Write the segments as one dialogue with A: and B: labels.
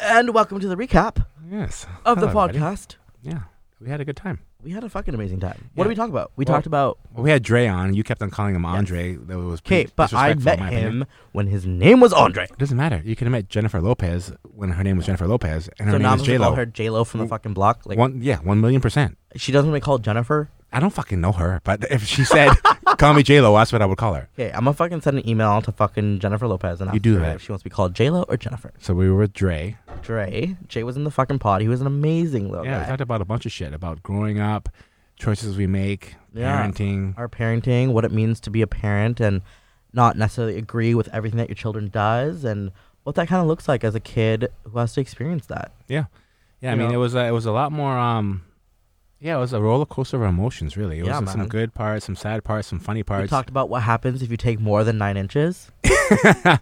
A: and welcome to the recap
B: Yes.
A: of the
B: Hello, everybody.
A: podcast.
B: Yeah. We had a good time.
A: We had a fucking amazing time. What
B: Yeah.
A: did we talk about? We
B: Well-
A: talked about
B: Well, we had Dre on. You kept on calling him Andre. That was pretty
A: okay, but I
B: disrespectful,
A: met
B: in my
A: him
B: opinion.
A: when his name was Andre.
B: It doesn't matter. You could have met Jennifer Lopez when her name was Jennifer Lopez, and her
A: So now
B: name
A: I'm
B: is J
A: supposed to
B: Lo.
A: call her J Lo from the fucking block. Like
B: one, yeah, one million percent.
A: she doesn't really call Jennifer.
B: I don't fucking know her, but if she said, "Call me J Lo," that's what I would call her.
A: Okay, I'm gonna fucking send an email to fucking Jennifer Lopez and ask
B: do
A: her
B: that.
A: if she wants to be called J Lo or Jennifer.
B: So we were with Dre.
A: Dre, Jay was in the fucking pod. He was an amazing little
B: Yeah, we
A: guy.
B: talked about a bunch of shit about growing up, choices we make,
A: Yeah.
B: parenting.
A: Our parenting, what it means to be a parent, and not necessarily agree with everything that your children does, and what that kind of looks like as a kid who has to experience that.
B: Yeah, yeah. I
A: You
B: mean,
A: know.
B: it was uh, it was a lot more. um Yeah, it was a roller coaster of emotions. Really, it
A: Yeah,
B: was some
A: man.
B: good parts, some sad parts, some funny
A: We
B: parts.
A: talked about what happens if you take more than nine inches,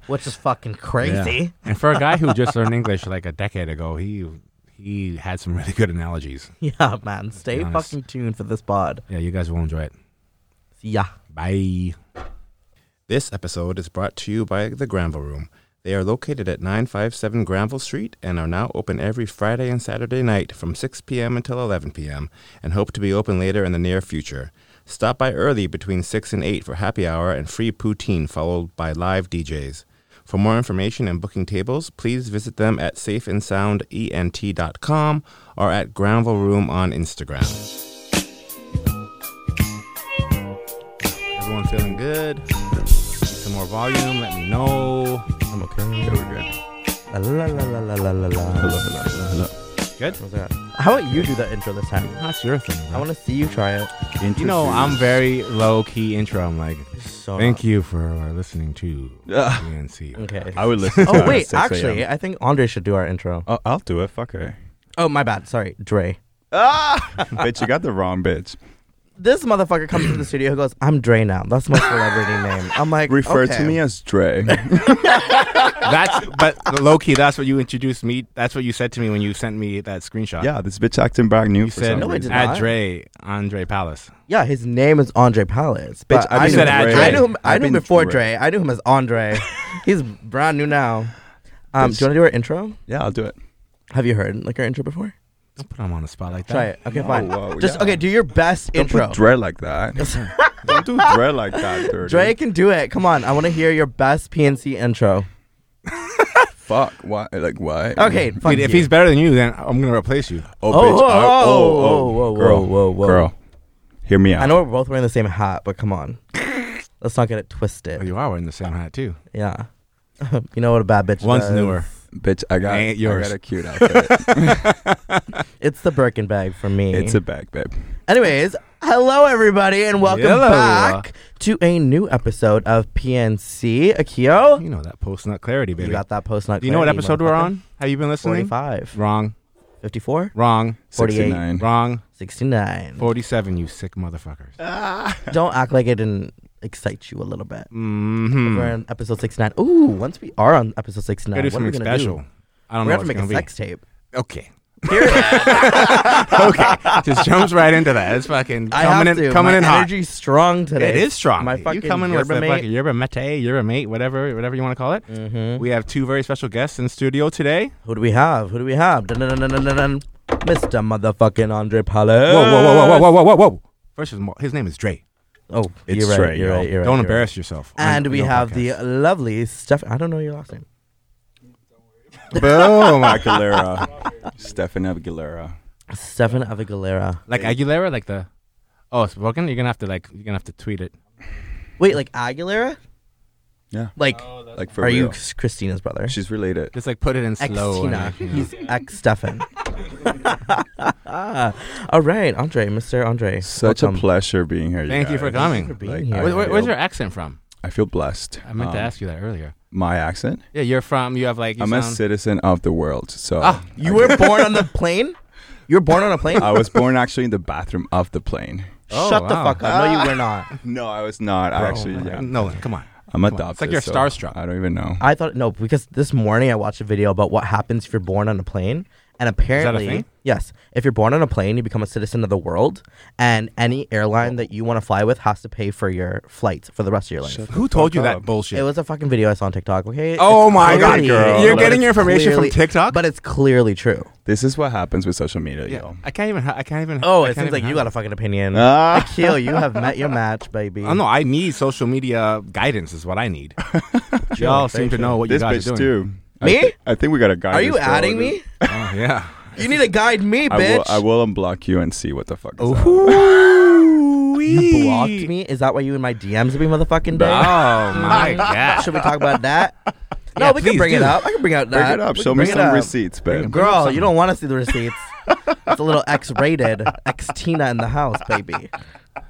A: which is fucking
B: Yeah.
A: crazy.
B: and for a guy who just learned English like a decade ago, he he had some really good analogies.
A: Yeah, man. Stay
B: honest.
A: fucking tuned for this pod.
B: Yeah, you guys will enjoy it.
A: Yeah.
B: Bye. This episode is brought to you by the Granville Room. They are located at 957 Granville Street and are now open every Friday and Saturday night from 6 p.m. until 11 p.m. and hope to be open later in the near future. Stop by early between 6 and 8 for happy hour and free poutine followed by live DJs. For more information and booking tables, please visit them at safeandsoundent.com or at Granville Room on Instagram. Everyone feeling good? Some more volume, let me know.
A: I'm okay.
B: we're good.
A: La la la la la la la la.
B: Good?
A: How about you do that intro this time?
B: That's your thing.
A: I want to see you try it.
B: you know, I'm very low key intro. I'm like,
A: So
B: thank you for uh, listening to DNC.
A: Okay.
C: I would listen. to it
A: oh
C: at
A: wait,
C: 6 a.m.
A: actually, I think Andre should do our intro.
C: I'll, Oh, I'll do it. Fuck her.
A: Oh my bad, sorry, Dre.
C: bitch, you got the wrong bitch.
A: This motherfucker comes to the studio. He goes, "I'm Dre now. That's my celebrity name." I'm like,
C: Refer
A: okay.
C: to me as Dre.
B: That's but low key. That's what you introduced me. That's what you said to me when you sent me that screenshot.
C: yeah, this bitch acting back new
B: You
C: for
B: said
C: some
A: No, I
C: reason.
A: did not.
B: Andre Andre Palace.
A: Yeah, his name is Andre Palace.
C: Bitch,
A: but
C: I've
A: I
C: been
A: knew,
B: Dre.
A: I knew him. I
C: I've
A: knew him
C: been
A: before Dre.
C: Dre.
A: I knew him as Andre. He's brand new now. Um, do you want to do our intro?
C: Yeah, I'll do it.
A: Have you heard like our intro before?
B: Don't put him on the spot like that.
A: Try it. Okay,
C: No,
A: fine.
C: whoa,
A: Just
C: yeah.
A: okay. Do your best
C: Don't
A: intro.
C: put Dre like that. Don't do Dre like that, dirty.
A: Dre can do it. Come on. I want to hear your best PNC intro.
C: Fuck. Why? Like why?
A: Okay.
B: Wait,
A: Fuck
B: if
A: you.
B: he's better than you, then I'm gonna replace you.
A: Oh,
C: Oh, bitch.
A: whoa,
C: I-
A: whoa,
C: oh,
A: whoa,
C: oh,
A: whoa, whoa,
C: girl,
A: whoa, whoa.
C: girl. Hear me out.
A: I know we're both wearing the same hat, but come on. Let's not get it
B: Oh,
A: twisted.
B: you are wearing the same hat too.
A: Yeah. you know what a bad bitch
B: One's
A: does.
B: newer.
C: Bitch, I got,
B: I ain't yours.
C: I got a cute outfit.
A: It's the Birkin bag for me.
C: it's a bag, babe.
A: Anyways, hello everybody and welcome
B: Hello.
A: back to a new episode of PNC. Akio,
B: You know that post nut clarity,
A: you
B: baby.
A: got that post not
B: Do you know what episode we're on? Have you been listening?
A: 45,
B: Wrong.
A: 54,
B: Wrong.
A: 48.
C: 69.
B: Wrong.
A: 69.
B: 47, you sick motherfuckers.
A: Uh, Don't act like it didn't excite you a little bit.
B: Mm-hmm.
A: We're on episode 69. Ooh, once we are on episode 69,
B: Gotta do
A: what are we
B: something
A: gonna
B: special.
A: do?
B: I don't
A: We're gonna
B: know
A: have to
B: what
A: make a
B: it's
A: sex tape.
B: be. Okay. okay. Just jumps right into that. It's fucking
A: I
B: coming
A: have
B: in,
A: to.
B: coming
A: My
B: in hot.
A: energy's strong today.
B: It is strong.
A: My fucking
B: you coming with the
A: Yerba
B: fucking
A: mate.
B: yerba mate, yerba mate, whatever, whatever you want to call it.
A: Mhm.
B: We have two very special guests in studio today.
A: Who do we have? Who do we have? Dun, dun, dun, dun, dun, dun. Mr. Motherfucking Andre
B: Whoa,
A: Palace.
B: whoa, whoa, whoa, whoa, whoa, whoa, whoa. First of all, his name is Dre.
A: Oh,
C: It's
A: you're right.
C: Trey,
A: you're
C: yo.
A: right. You're right.
B: Don't
A: you're
B: embarrass yourself.
A: Right. And we have the lovely Steph. I don't know your last name.
B: the boom. oh
C: Aguilera. Stefan Aguilera.
A: Stefan Avigalera.
B: like Aguilera, like the. Oh, spoken. You're gonna have to like. You're gonna have to tweet it.
A: Wait, like Aguilera?
C: Yeah.
A: Like,
C: Like Oh, for
A: are you
C: real.
A: Christina's brother?
C: She's related.
B: Just like put it in
A: Ex
B: slow. and,
A: Tina.
B: like, you know.
A: He's ex Stefan. All right, Andre, Mr. Andre.
C: Such a
A: welcome.
C: pleasure being here.
B: Thank you
C: guys.
B: for coming.
A: for being
C: Like,
A: here.
B: Where- where- where's
C: Yeah.
B: your accent from?
C: I feel blessed.
B: I meant to
C: Um,
B: ask you that earlier.
C: My accent?
B: Yeah, you're from. You have like. You
C: I'm a
B: sound-
C: citizen of the world. So
B: Ah,
A: You were born on the plane? You were born on a plane?
C: I was born actually in the bathroom of the plane.
B: Oh,
A: Shut the
B: wow.
A: fuck up. No, you were not.
C: No, I was not. I
B: Bro,
C: actually,
B: like,
C: yeah.
B: Nolan, come on.
C: I'm
B: Come
C: adopted.
B: on. It's like you're
C: so
B: starstruck.
C: I don't even know.
A: I thought, no, because this morning I watched a video about what happens if you're born on a plane. And apparently,
B: thing?
A: yes, if you're born on a plane, you become a citizen of the world, and any airline that you want to fly with has to pay for your flights for the rest of your life.
B: Who told you that
A: It
B: bullshit?
A: was a fucking video I saw on TikTok. Okay.
B: Oh
A: It's
B: my
C: God, girl. You're
A: but
B: getting
A: it's
B: your information from
A: clearly-
B: TikTok?
A: but it's clearly true.
C: This is what happens with social media,
B: yeah,
C: yo.
B: I can't even. Ha- I can't even.
A: Oh,
B: I
A: it
B: can't
A: seems like
B: even
A: you got
B: have
A: a fucking opinion.
C: Ah.
A: Akil, you have met your match, baby.
B: Oh no, I need social media guidance. Is what I need. Y'all seem to know what you
C: This
B: guys are
C: bitch
B: doing.
C: too.
A: Me?
C: I, thi- I think we got a guy.
A: Are you adding me?
B: Oh, yeah.
A: You need to guide me,
C: I will,
A: bitch.
C: I will unblock you and see what the fuck. Is up.
B: Ooh,
A: You blocked me. Is that why you in my DMs every motherfucking day?
B: Oh my god.
A: Should we talk about that? No,
B: Yeah,
A: we can
B: please
A: bring it
B: do.
A: up. I can bring out that.
C: Bring it up.
A: We
C: Show
A: can
C: me
A: bring it
C: some
A: up.
C: receipts, babe.
A: Girl, you don't want to see the receipts. it's a little X-rated, X-Tina in the house, baby.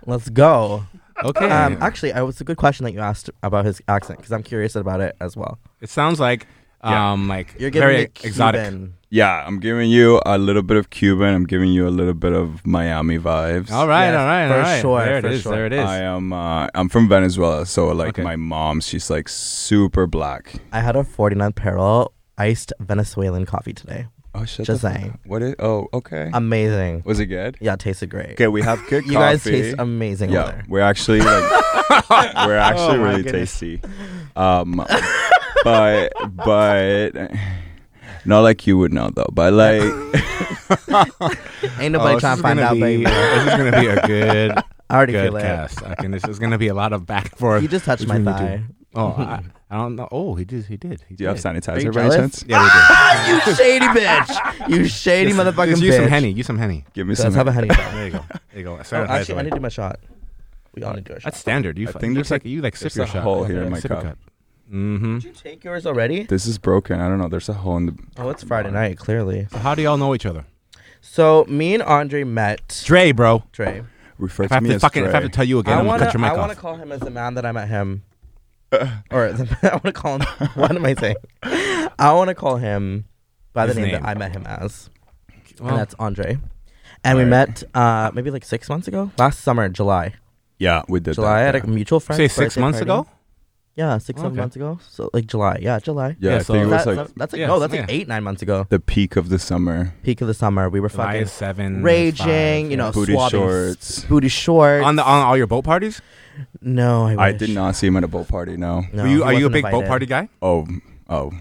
A: Let's go.
B: Okay.
A: Um, actually, I was a good question that you asked about his accent because I'm curious about it as well.
B: it sounds like
C: Yeah.
B: um like
A: You're giving
B: very
A: it
B: exotic.
A: Cuban.
C: Yeah, I'm giving you a little bit of Cuban. I'm giving you a little bit of Miami vibes.
B: All right,
A: Yes,
B: all right,
A: for
B: all right.
A: sure,
B: there it
A: for
B: is.
A: sure.
B: There it is.
C: I am. Uh, I'm from Venezuela, so like
B: Okay.
C: my mom, she's like super black.
A: I had a 49 Peril iced Venezuelan coffee today.
C: Oh shit!
A: Just saying,
C: What is? Oh, okay.
A: amazing.
C: Was it good?
A: Yeah, it tasted great.
C: Okay, we have good
A: you
C: coffee.
A: guys taste amazing over
C: yeah,
A: there. Oh
C: we're actually like we're actually
A: my
C: really
A: goodness.
C: tasty. Um, but but not like you would know though. But like
A: Ain't nobody
B: Oh,
A: trying to
B: this is
A: find
B: gonna
A: out,
B: be-
A: baby. I
B: This is gonna be a good,
A: already
B: good
A: feel
B: cast. I can. This is gonna be a lot of back and forth.
A: it. You just touched my
B: Between the
A: thigh.
B: Oh, I, I don't know. Oh, he did. He did. He
C: do you have
B: did.
A: Are you
C: sanitizer by any
A: jealous?
C: chance?
B: Yeah, we did.
A: you shady bitch. You shady
B: Just-
A: motherfucking
B: just
A: bitch.
B: Use some henny. Use some henny.
C: Give me
A: Let's
C: some.
A: have a honey.
B: There you go. There you go.
A: Oh, actually, I
B: Sanitize
A: need
B: it.
A: to do my shot. We all need to do a shot.
B: That's standard. You
C: I
B: fu-
C: think
B: you
C: there's
B: take-
C: like-
B: you like sip
C: there's
B: your
C: a
B: shot.
C: hole here in
B: Yeah,
C: my
B: sip your
C: cup.
B: Mm-hmm.
A: Did you take yours already?
C: This is broken. I don't know. There's a hole in the.
A: Oh, it's Friday night, clearly.
B: So how do y'all know each other?
A: So me and Andre met.
B: Dre, bro.
A: Trey.
C: Refer
B: If I
C: to
B: have
C: me
B: to
C: as
B: fucking, if I have
C: Dre.
B: to tell you again,
A: I
B: I'm gonna
A: wanna,
B: cut your mic
A: I wanna
B: off.
A: call him as the man that I met him. or the, I wanna call him what am I saying? I wanna call him by
B: His
A: the name,
B: name.
A: that I met him as.
B: Well,
A: and that's Andre. And we met uh, maybe like six months ago? Last summer, in July.
C: Yeah, we did.
A: July
C: that,
A: at a
C: yeah.
A: mutual friend.
B: say six months ago.
A: Yeah, six, seven
B: Okay.
A: months ago. So like July. Yeah, July.
C: Yeah,
B: Yeah,
C: I
B: so-
C: think it was
A: That-
C: like
A: that- that's like
B: yeah,
A: no, that's like
B: yeah.
A: eight, nine months ago.
C: the peak of the summer.
A: Peak of the summer, we were
B: July
A: fucking
B: is seven.
A: raging,
B: five,
A: you know,
C: Booty
A: swabbing
C: shorts.
A: booty shorts.
B: yeah. On the on all your boat parties,
A: no, I,
C: I
A: wish.
C: did not see him at a boat party. No.
A: No,
B: Were you,
A: he
B: are you a
A: wasn't
B: big boat
A: invited.
B: party guy?
C: Oh, oh.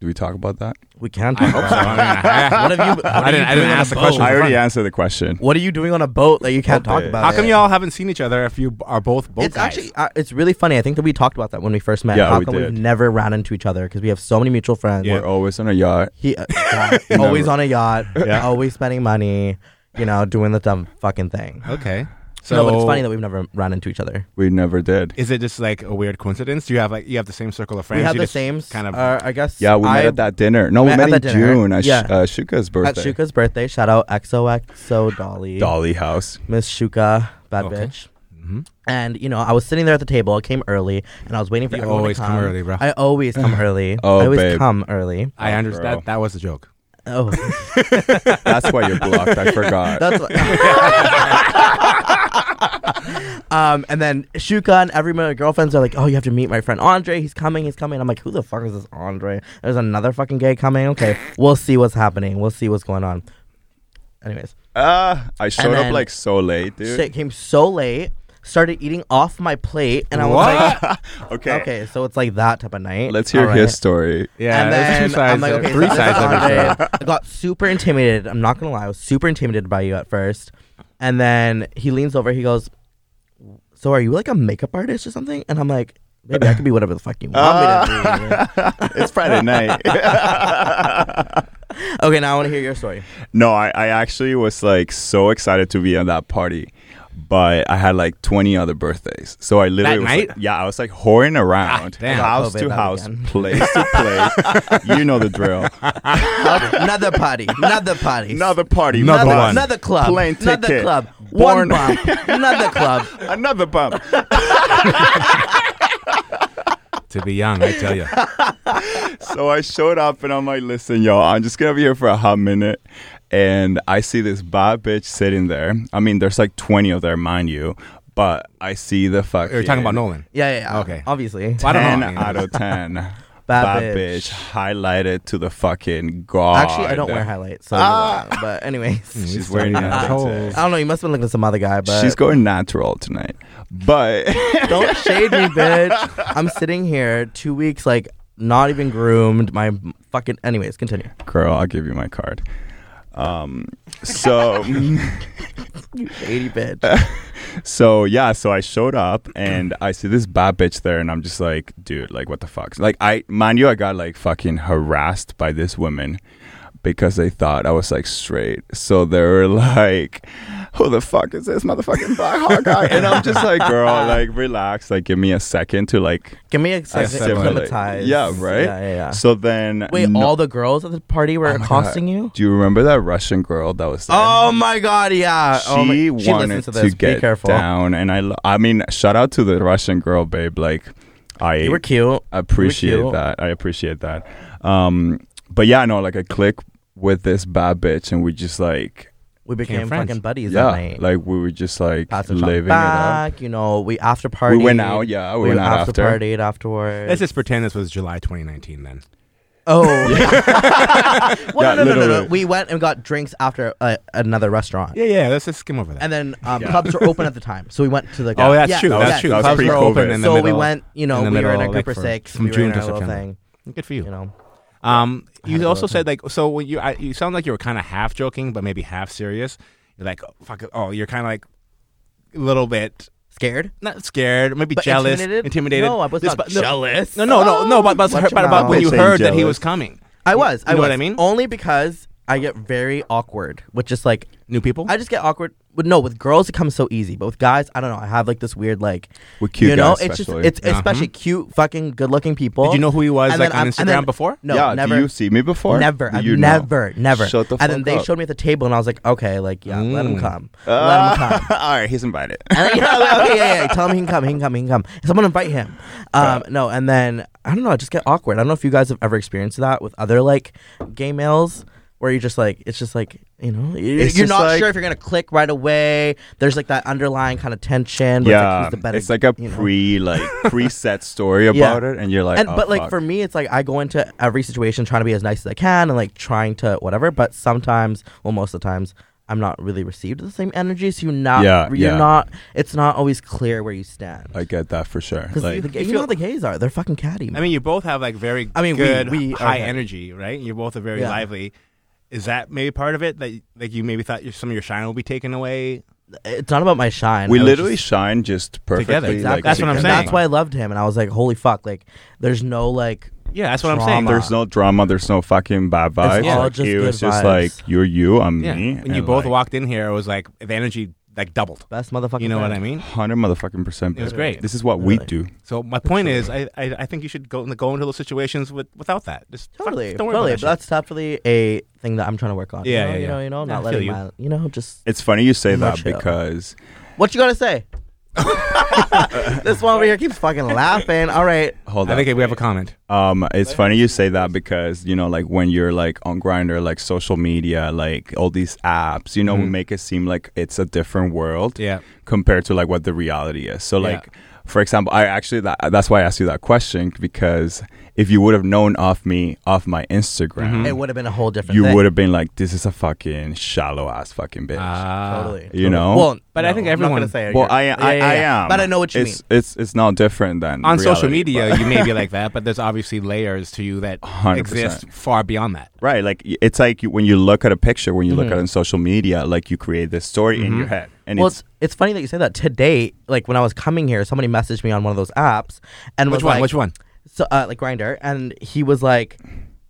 C: Do we talk about that?
A: We can't. Talk
B: hope so. I mean,
A: about it.
B: I-
A: what have you? What
B: I
A: are you
B: didn't- I didn't
A: doing on
B: ask
A: a
B: the
A: boat?
B: question.
C: I already
B: fun.
C: answered the question.
A: What are you doing on a boat that you can't talk
C: Okay.
A: about?
B: How come
A: it?
B: y'all haven't seen each other if you are both boat
A: It's
B: guys?
A: actually uh, it's really funny. I think that we talked about that when we first met.
C: Yeah,
A: How
C: we
A: come
C: did.
A: we've never ran into each other because we have so many mutual friends.
B: Yeah.
C: We're always on a yacht.
A: He uh, yeah, always on a yacht,
B: Yeah.
A: always spending money, you know, doing the dumb fucking thing.
B: okay.
A: So,
B: So
A: no, but it's funny that we've never ran into each other.
C: We never did.
B: Is it just like a weird coincidence? Do you have like you have the same circle of friends?
A: we had
B: You
A: the
B: just
A: same,
B: kind of.
A: uh, I guess.
C: Yeah, we
A: I,
C: met at that dinner. No, we
A: Met
C: met,
A: at that
C: in
A: dinner.
C: June at, Sh-
A: Yeah.
C: uh, Shuka's
A: at
C: birthday.
A: Shuka's birthday. Shout out XOXO Dolly,
C: Dolly House.
A: Miss Shuka, bad
B: Okay.
A: bitch.
B: Mhm.
A: And you know, I was sitting there at the table. I came early, and I was waiting for
B: You
A: everyone
B: always
A: to
B: come
A: come.
B: early, bro.
A: I always come early.
C: Oh,
A: I always
C: babe.
A: come early.
B: I
C: Oh,
B: understand.
C: girl.
B: That, that was a joke.
A: Oh,
C: That's why you're blocked. I forgot.
A: that's. What, um, and then Shuka and every my girlfriends are like, "Oh, you have to meet my friend Andre. He's coming. He's coming." I'm like, "Who the fuck is this Andre?" There's another fucking gay coming. Okay, we'll see what's happening. We'll see what's going on. Anyways,
C: Ah, I showed up
A: then-
C: like so late, dude.
A: shit came so late. Started eating off my plate, and I was
B: What?
A: like,
C: okay.
A: "Okay, so it's like that type of night."
C: Let's hear
A: All right.
C: his story.
B: Yeah,
A: and
B: there's
A: then
B: two sides.
A: I'm like,
B: there-
A: okay,
B: three
A: so
B: sides. of it.
A: Andre, I got super intimidated. I'm not gonna lie, I was super intimidated by you at first. And then he leans over, he goes, "So are you like a makeup artist or something?" And I'm like, "Baby, I could be whatever the fuck you want me to
C: It's Friday night. Uh.
A: be." okay, now I want to hear your story.
C: No, I, I actually was like so excited to be at that party, but I had like 20 other birthdays. So I literally was
B: night?
C: like- yeah, I was like whoring around,
B: Ah, damn.
C: house
A: COVID
C: to
A: that
C: house,
A: weekend.
C: place to place. you know the drill.
A: another party, another party,
C: Another party,
B: Another
C: bus,
B: one.
A: another club,
C: plane
A: another
C: ticket,
A: club, one
C: born-
A: bump, another club.
C: another bump.
B: To be young, I tell you.
C: so I showed up and I'm like, listen, y'all, I'm just gonna be here for a hot minute. And I see this bad bitch sitting there. I mean, there's like 20 of there, mind you, but I see the fuck.
B: You're talking about Nolan.
A: Yeah, yeah, yeah.
B: Okay.
A: Obviously,
B: Well, I don't know.
C: 10
B: I mean,
C: out of 10.
A: Bad,
C: Bad bitch.
A: bitch.
C: highlighted to the fucking god.
A: Actually, I don't wear highlights, so
C: Ah.
A: ah. but anyways,
C: She's wearing
B: talking
C: that.
B: about
C: today.
A: I don't know. You must have been looking at some other guy, Ah, but
C: She's going natural tonight. But
A: don't shade me, bitch. I'm sitting here two weeks, like not even groomed. My fucking. Anyways, continue.
C: girl, I'll give you my card. Um so
A: You shady bitch.
C: so yeah, so I showed up and I see this bad bitch there and I'm just like, dude, like what the fuck? Like I mind you I got like fucking harassed by this woman because they thought I was like straight. So they were like, Who the fuck is this motherfucking black hawk guy? And I'm just like, girl, like relax, like give me a second to like
A: Give me a second.
C: Assimilate.
A: Acclimatize.
C: Yeah, right?
A: Yeah, yeah. yeah.
C: so then
A: Wait,
C: no-
A: all the girls at the party were
C: Oh my
A: accosting
C: God.
A: you?
C: Do you remember that Russian girl that was there?
A: Oh my god, yeah.
C: she
A: oh my,
C: wanted
A: listens
C: to,
A: this.
C: get
A: Be careful.
C: down, and I, lo- I mean, shout out to the Russian girl, babe. Like, I
A: You were cute.
C: appreciate
A: cute.
C: that. I appreciate that. Um, but yeah, no, like I click with this bad bitch, and we just like,
A: We became
B: friends.
A: fucking buddies
C: yeah,
A: that night.
C: like we were just like
A: Passed the
C: living
A: chalk
C: it up.
A: back, you know, we after party.
C: We went out, yeah, we,
A: we
C: went out after.
A: partied afterwards.
B: Let's just pretend this was July 2019 then.
A: oh, well,
C: Yeah,
A: no, no, no, no,
C: literally.
A: We went and got drinks after uh, another restaurant,
B: Yeah, yeah. Let's just skim over that.
A: and then um, clubs were open at the time, so we went to the.
B: oh, that's
A: yeah,
B: true.
C: that
B: that's
C: was-
B: true.
C: that was
B: Clubs were
C: pre-COVID.
B: open in the
A: so we
B: middle.
A: went, you know,
B: in the
A: we were in a
B: middle,
A: group
B: like,
A: of
B: for-
A: six.
B: from
A: we were
B: June
A: in
B: to
A: our little
B: September.
A: thing,
B: Good for you.
A: you know.
B: Um,
A: had
B: you
A: a
B: also
A: little
B: said like so when you I, you sound like you were kind of half joking, but maybe half serious. You're like oh, fuck. it. Oh, you're kind of like a little bit
A: Scared?
B: not scared, maybe
A: But
B: jealous,
A: intimidated?
B: intimidated.
A: No, I was not
B: no-
A: jealous.
B: No, no, no, no. But but,
A: Watch
B: but,
A: your
B: about
A: mouth.
B: when you
C: Bitch ain't
B: heard that he
C: jealous.
B: was coming,
A: I was. I
B: know
A: was.
B: what I mean?
A: Only because I get very awkward with just like
B: new people.
A: I just get awkward. With, no, with girls it comes so easy, but with guys, I don't know. I have like this weird like
C: With cute
A: you know,
C: guys
A: it's just
C: especially. Uh-huh.
A: it's especially cute, fucking good-looking people.
B: Did you know who he was
A: And
B: like
A: then
B: on
A: I'm-
B: Instagram
A: and then-
B: before?
A: No,
C: yeah,
A: never.
C: do you see me before?
A: Never,
C: Do
A: I've
C: you know?
A: never, never.
C: Shut the fuck
A: and then they
C: up.
A: showed me at the table, and I was like, okay, like yeah, let him
B: Mm.
A: come, let him
C: Ah,
A: come.
C: all right, he's invited.
A: And then, yeah, like, Oh, okay, yeah, yeah. Tell him he can come. He can come. He can come. Someone invite him. Um, no, and then I don't know. I just get awkward. I don't know if you guys have ever experienced that with other like gay males, where you're just like, it's just like you know, you-
C: It's
A: you're
C: just
A: not
C: like-
A: sure if you're gonna click right away. There's like that underlying kind of tension. where
C: yeah,
A: it's like, who's the better,
C: it's like a
A: you know?
C: pre like preset story
A: Yeah.
C: about it, and you're like,
A: and
C: oh,
A: but like
C: fuck.
A: for me, it's like I go into every situation trying to be as nice as I can and like trying to whatever. But sometimes, well, most of the times, I'm not really received the same energy. So you're not,
C: Yeah,
A: you're
C: yeah.
A: not. It's not always clear where you stand.
C: I get that for sure.
A: Because
C: Like,
A: the, gay-
B: you
A: you know
B: feel-
A: how the gays are. They're fucking catty.
B: I mean, you both have like very
A: I mean, we-
B: good,
A: we are
B: high
A: him.
B: energy, right? You both are very
A: Yeah.
B: lively. Is that maybe part of it that like you maybe thought your, some of your shine will be taken away?
A: it's not about my shine.
C: we
A: I was
C: literally
A: just-
C: shine just perfectly.
B: Together.
A: Exactly.
C: Like,
B: That's what I'm
A: and
C: together.
B: saying.
A: That's why I loved him, and I was like, "Holy fuck!" Like, there's no like.
B: Yeah, that's what I'm saying.
A: Trauma.
C: There's no drama. There's no fucking bad vibes.
A: all
C: like,
A: just
C: it
A: good
C: was just
A: vibes.
C: like you're you, I'm
B: Yeah,
C: me.
B: when you both walked in here, it was like the energy like doubled.
A: Best motherfucking.
B: You know what I
A: friend.
B: mean?
C: hundred motherfucking percent.
B: It was great.
C: This is what we
A: Really.
C: do.
B: So my point is, I, I, I think you should go go into those situations with, without that. Just fuck-
A: Totally,
B: don't worry
A: totally.
B: about
A: But
B: that.
A: that's definitely a thing that I'm trying to work on.
B: Yeah,
A: you know,
B: yeah,
A: you
B: yeah.
A: know, you know,
B: Yeah, I
A: not
B: feel
A: letting
B: you.
A: my, you know, just
C: It's funny you say that
A: Much, yeah.
C: because
A: what you gonna say? this one over here keeps fucking laughing. All right,
C: hold
B: I
C: on.
B: think we have a comment.
C: Um, it's funny you say that because you know, like when you're like on Grinder, like social media, like all these apps, you know, we
B: Mhm.
C: make it seem like it's a different world
B: Yeah.
C: compared to like what the reality is. So,
B: Yeah.
C: like for example, I actually that, that's why I asked you that question because if you would have known of me off my Instagram,
B: Mhm.
A: it would have been a whole different.
C: you
A: thing.
C: would have been like, "This is a fucking shallow ass fucking bitch."
B: Uh,
A: totally.
C: you know?
A: Well,
B: But Ah, I
A: no, I'm
B: think
A: not
B: everyone-
A: gonna say it
C: well,
A: here.
C: I, I,
A: Yeah, yeah,
C: I
A: yeah.
C: am,
A: But I know what you mean.
C: it's, It's it's not different than
B: on social
C: reality,
B: media
C: but-
B: you may be like that but there's obviously layers to you that
C: 100%.
B: exist far beyond that
C: right? Like y- it's like you, when you look at a picture, when you look at it on social media, like you create this story in your head, and
A: well,
C: it's
A: it's, it's funny that you say that. Today, like when I was coming here, somebody messaged me on one of those apps, and
B: which
A: was
B: one
A: Like,
B: which one
A: So, uh, like Grinder, and he was like,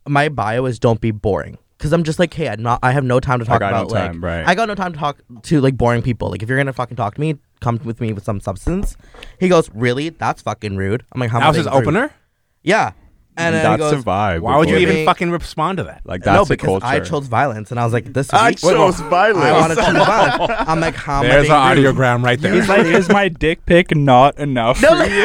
A: "My bio is don't be boring." Cause I'm just like, hey, I'm not. I have no time to talk
C: got no
A: about like.
C: time, right.
A: I got no time to talk to like boring people. Like, if you're gonna fucking talk to me, come with me with some substance. He goes, really? That's fucking rude. I'm like, how? am I
B: that was his
A: being rude?
B: opener
A: Yeah, and then he
C: that's
A: goes,
C: a vibe.
B: why would you
A: Giving-
B: even fucking respond to that
C: like that's
A: No,
C: a
A: because
C: culture?
A: I chose violence, and I was like, this. week-
C: violence.
A: I want to choose violence. I'm like, how? am I
B: there's
A: being
B: an
A: rude?
B: audiogram right there
D: He's like, is my dick pic not enough
A: No,
D: for you?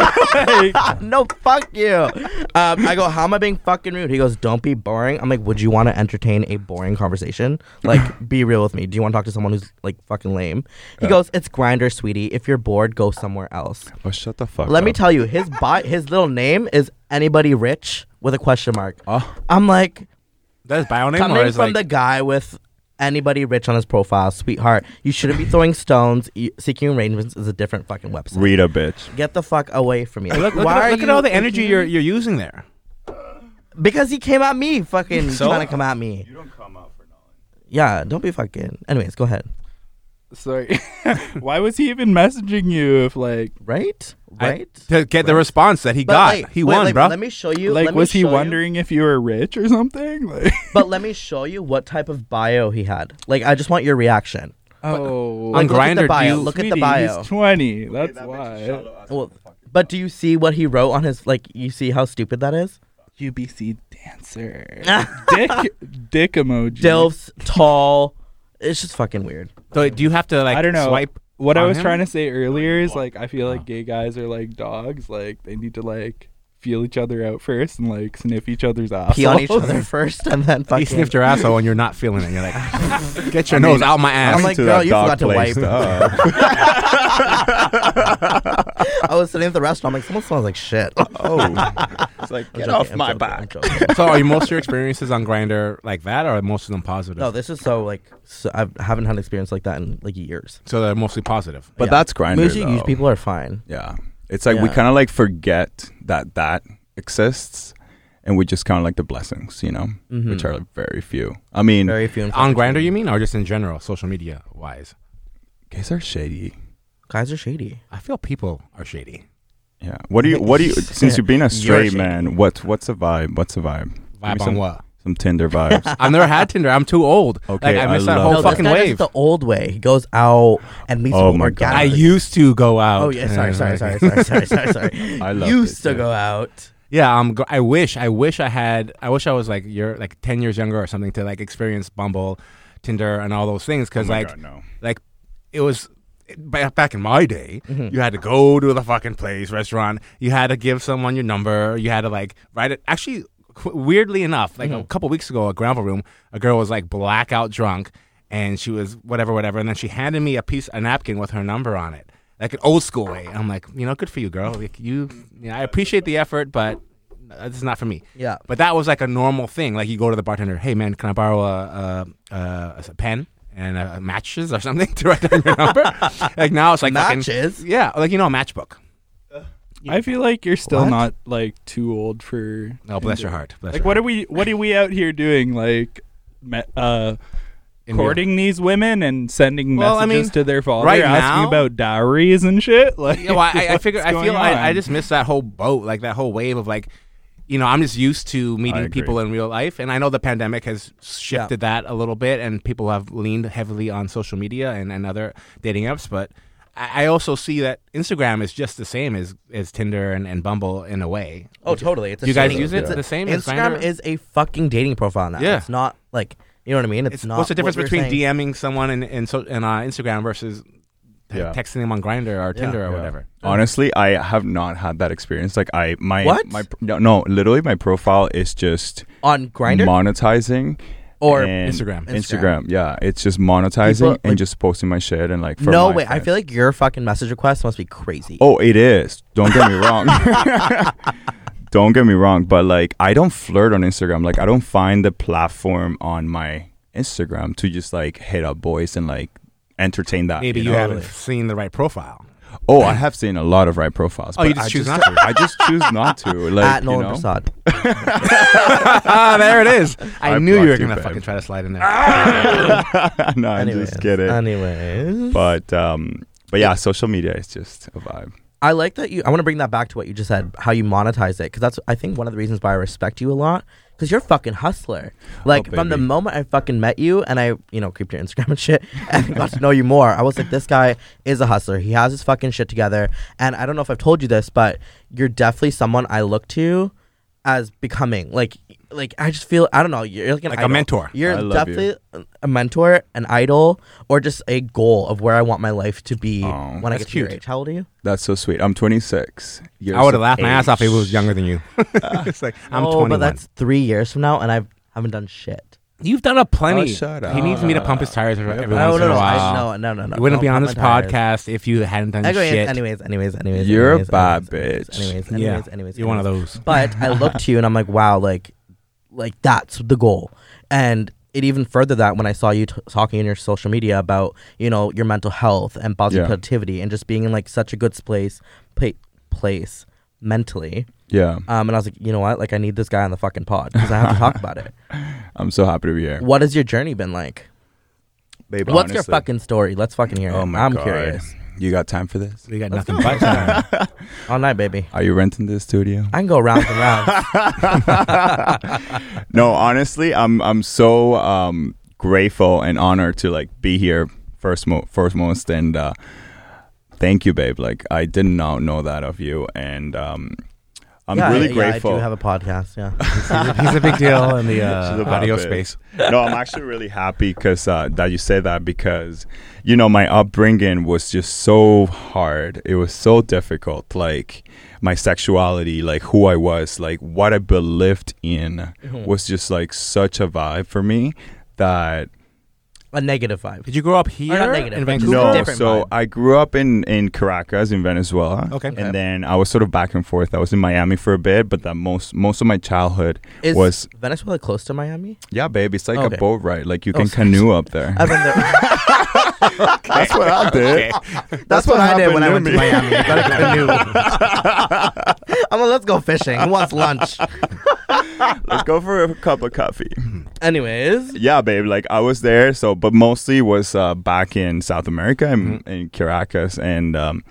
D: Like,
A: no, fuck you. Um, I go, how am I being fucking rude? He goes, don't be boring. I'm like, would you want to entertain a boring conversation? Like, be real with me. Do you want to talk to someone who's like fucking lame? He goes, it's grinder, sweetie. If you're bored, go somewhere else.
C: oh, shut the fuck.
A: Let me
C: up.
A: tell you, his bi- his little name is anybody rich with a question mark.
C: Oh.
A: I'm like
B: That's bio name or
A: coming
B: is
A: from
B: like
A: the guy with anybody rich on his profile, sweetheart. You shouldn't be throwing stones. You, seeking arrangements is a different fucking website.
C: Read a bitch.
A: Get the fuck away from me.
B: look, look,
A: Why
B: at,
A: are
B: look at
A: you
B: all the energy
A: thinking-
B: you're you're using there.
A: because he came at me, fucking
B: So?
A: trying to come at me.
C: You don't come out for knowledge.
A: Yeah, don't be fucking. Anyways, go ahead.
E: Sorry. Why was he even messaging you if like
A: Right,
B: I-
A: right.
B: to get the
A: Right.
B: response that he
A: But,
B: got.
A: like,
B: he
A: wait,
B: won,
A: like,
B: bro.
A: Let me show you.
E: like
A: let me
E: was he
A: show you-
E: wondering if you were rich or something? Like
A: But let me show you what type of bio he had. Like, I just want your reaction.
E: Oh,
B: On
A: Like, look at
B: Grindr,
A: the
B: do
A: bio.
B: you-
A: Look at the bio.
E: He's twenty. That's why.
A: Well, but do you see what he wrote on his? Like, you see how stupid that is?
E: UBC dancer. dick, dick emoji.
A: Dilfs, tall. It's just fucking weird.
B: So do you have to like
E: I don't know.
B: swipe?
E: What I
B: on
E: was
B: him? Oh.
E: trying to say earlier is like I feel like gay guys are like dogs. Like they need to like feel each other out first and like sniff each other's ass.
A: Pee on each other first, and then fucking.
B: He sniffed your asshole and you're not feeling it. You're like, get your nose out my ass.
A: uh, I'm like, girl, you forgot to wipe.
C: wipe.
A: I was sitting at the restaurant. I'm like, someone smells like shit.
C: oh, it's like
A: I'm
C: get
A: joking,
C: off
A: I'm joking,
C: my
A: I'm
C: back.
A: joking.
B: so are you most of your experiences on Grinder like that, or are most of them positive?
A: No, this is so like so, I haven't had an experience like that in like years.
B: so they're mostly positive.
C: But
A: Yeah.
C: that's Grindr.
A: Most you use
C: though.
A: people are fine.
C: Yeah, it's like we
A: Yeah.
C: kind of like forget that that exists, and we just count like the blessings, you know, which are very few. I
A: Mm-hmm.
C: mean,
A: Very few and far
B: On Grinder, you mean, or just in general, social media wise?
C: gays are shady.
A: guys are shady.
B: I feel people are shady.
C: Yeah. What do you? What do you? Since you've been a straight
A: shady.
C: man, what what's a vibe? What's a vibe? Give me
B: Vibe
C: some,
B: on what?
C: Some Tinder vibes.
B: I've never had Tinder. I'm too old. like,
C: Okay,
B: I
C: I
B: missed that
C: love
B: whole
C: that.
A: this
B: fucking
A: guy does it
B: wave.
A: The old way. He goes out and meets
C: Oh
A: people
C: my God.
B: I
A: organically.
B: used to go out.
A: Oh yeah, sorry,
B: and, uh,
A: sorry,
B: like,
A: sorry, sorry, sorry, sorry, sorry.
C: I loved
A: used
C: it,
A: to
C: yeah.
A: go out.
B: Yeah, I'm. gr- I wish. I wish I had. I wish I was like you're like ten years younger or something to like experience Bumble, Tinder, and all those things.
C: Oh
B: Because
C: my
B: like,
C: God, no.
B: like it was ba- back in my day. You had to go to the fucking place restaurant. You had to give someone your number. You had to like write it. Actually, qu- weirdly enough, like a couple weeks ago at Gravel Room, a girl was like blackout drunk, and she was whatever, whatever. And then she handed me a piece, a napkin with her number on it. Like an old school way, I'm like, you know, good for you, girl. Like you, you know, I appreciate the effort, but uh, this is not for me.
A: Yeah.
B: But that was like a normal thing. Like you go to the bartender, hey man, can I borrow a, a, a, a pen and uh matches or something to write down your number? like now it's like fucking-
A: Matches?
B: yeah, like you know a matchbook.
E: I feel like you're still
A: What?
E: not like too old for.
B: Oh, bless your heart. Bless
E: Like
B: your
E: what
B: heart.
E: are we? What are we out here doing? Like, me, uh,
B: In real-
E: courting these women and sending
B: Well, I
E: messages
B: mean,
E: to their father,
B: right
E: asking
B: now-
E: about dowries and shit. Like,
B: Yeah, well, I, I
E: what's
B: figure I
E: going
B: feel
E: on?
B: I, I just miss that whole boat, like that whole wave of like, you know, I'm just used to meeting
C: agree.
B: people in real life, and I know the pandemic has shifted that a little bit, and people have leaned heavily on social media and, and other dating apps, but. I I also see that Instagram is just the same as, as Tinder and, and Bumble in a way.
A: Oh, totally. It's a
B: Do you guys
A: shitty-
B: use it
A: it's a-
B: the same as
A: Instagram
B: Grindr?
A: is a fucking dating profile now.
B: Yeah.
A: It's not like you know what I mean. It's,
B: It's-
A: not.
B: what's the difference
A: what we're
B: between
A: saying.
B: DMing someone and and, so, and uh, Instagram versus te-
C: Yeah.
B: texting them on Grinder or Tinder or whatever?
C: Honestly, I have not had that experience. Like I my
A: What?
C: my no, no literally my profile is just
A: on Grinder
C: monetizing
A: or
C: and-
B: Instagram.
C: Instagram. Yeah, it's just monetizing
A: People, like-
C: and just posting my shit and like for
A: no
C: my
A: way. I
C: friends.
A: feel like your fucking message request must be crazy.
C: Oh, it is. Don't get me wrong. don't get me wrong, but like I don't flirt on Instagram. Like I don't find the platform on my Instagram to just like hit up boys and like entertain that.
B: Maybe you,
C: know?
B: haven't seen the right profile.
C: Oh, I have seen a lot of right profiles.
B: Oh, you
C: but
B: just
C: I
B: choose not to.
C: I just choose not to. Like
A: at
C: you
A: Nolan
C: know?
A: Prasad.
B: ah, there it is. I,
C: I
B: knew you
C: blocked
B: were
C: you,
B: gonna
C: babe.
B: fucking try to slide in
A: Ah!
B: there.
C: no, I'm
A: Anyways,
C: just kidding.
A: Anyways,
C: but um, but yeah, social media is just a vibe.
A: I like that you. I want to bring that back to what you just said, how you monetize it, because that's I think one of the reasons why I respect you a lot, because you're a fucking hustler. Like
C: Oh,
A: from the
C: baby.
A: moment I fucking met you, and I you know creeped your Instagram and shit, and got to know you more. I was like, this guy is a hustler. He has his fucking shit together. And I don't know if I've told you this, but you're definitely someone I look to as becoming like. Like I just feel I don't know you're like, an
B: Like a
A: idol.
B: mentor.
A: You're
C: I love you.
A: definitely a mentor, an idol, or just a goal of where I want my life to be
C: Oh,
A: when I
B: that's
A: get to your
B: cute.
A: age. How old are you?
C: That's so sweet. I'm 26. Years
B: I would have
C: of
B: laughed my ass off if
C: age.
B: it was younger than you. it's like I'm
A: No,
B: 21.
A: but that's three years from now, and I haven't done shit.
B: You've done up plenty.
C: Oh, shut
B: He needs me to pump his tires every, every once in a while.
A: I- no, no, no, no.
B: You wouldn't
A: don't
B: be on
A: pump
B: this
A: my tires.
B: podcast if you hadn't done
A: Anyways,
B: shit.
A: anyways, anyways, anyways.
C: You're a
A: anyways,
C: bad
A: anyways,
C: bitch.
A: Anyways, anyways,
B: yeah.
A: anyways, anyways.
B: You're one of
A: anyways.
B: those.
A: But I looked to you and I'm like, wow, like, like that's the goal. And it even further that when I saw you t- talking in your social media about you know your mental health and
C: Yeah.
A: positivity and just being in like such a good place, pla- place mentally.
C: Yeah,
A: Um, and I was like, you know what? Like, I need this guy on the fucking pod because I have to talk about it.
C: I'm so happy to be here.
A: What has your journey been like?
C: Babe,
A: What's your
C: honestly.
A: fucking story? Let's fucking hear it.
C: Oh my
A: I'm
C: God.
A: curious.
C: You got time for this?
B: We got nothing but time.
A: All night, baby.
C: Are you renting this studio?
A: I can go round and round.
C: no, honestly, I'm I'm so um, grateful and honored to like be here first mo- foremost, and uh, thank you, babe. Like I did not know that of you, and um, I'm
A: Yeah,
C: really
A: yeah,
C: grateful.
A: I do have a podcast. Yeah.
B: He's a big deal in the uh,
C: She's a
B: audio
C: puppet.
B: space.
C: no, I'm actually really happy because uh, that you say that because you know my upbringing was just so hard. It was so difficult. Like my sexuality, like who I was, like what I believed in
A: Mm-hmm.
C: was just like such a vibe for me that
A: a negative vibe.
B: Did you grow up here
A: Or not negative,
B: in
A: but
B: Vancouver?
A: just
C: no.
A: different
C: So
A: vibe.
C: I grew up in in Caracas in Venezuela.
B: Okay.
C: and then I was sort of back and forth. I was in Miami for a bit, but that most most of my childhood
A: Is
C: was
A: Venezuela close to Miami?
C: yeah, babe. It's like
A: Okay.
C: a boat ride. Like you
A: Oh,
C: can
A: sorry.
C: canoe up there.
A: I've been there.
C: That's what I did. That's,
A: what I did when I went
C: happened
A: to
C: me.
A: Miami. I got a canoe. I'm like, let's go fishing. Who wants lunch?
C: Let's go for a cup of coffee.
A: Anyways,
C: Yeah, babe. Like I was there, so but mostly was uh, back in South America in,
A: Mm-hmm.
C: in Caracas, and um,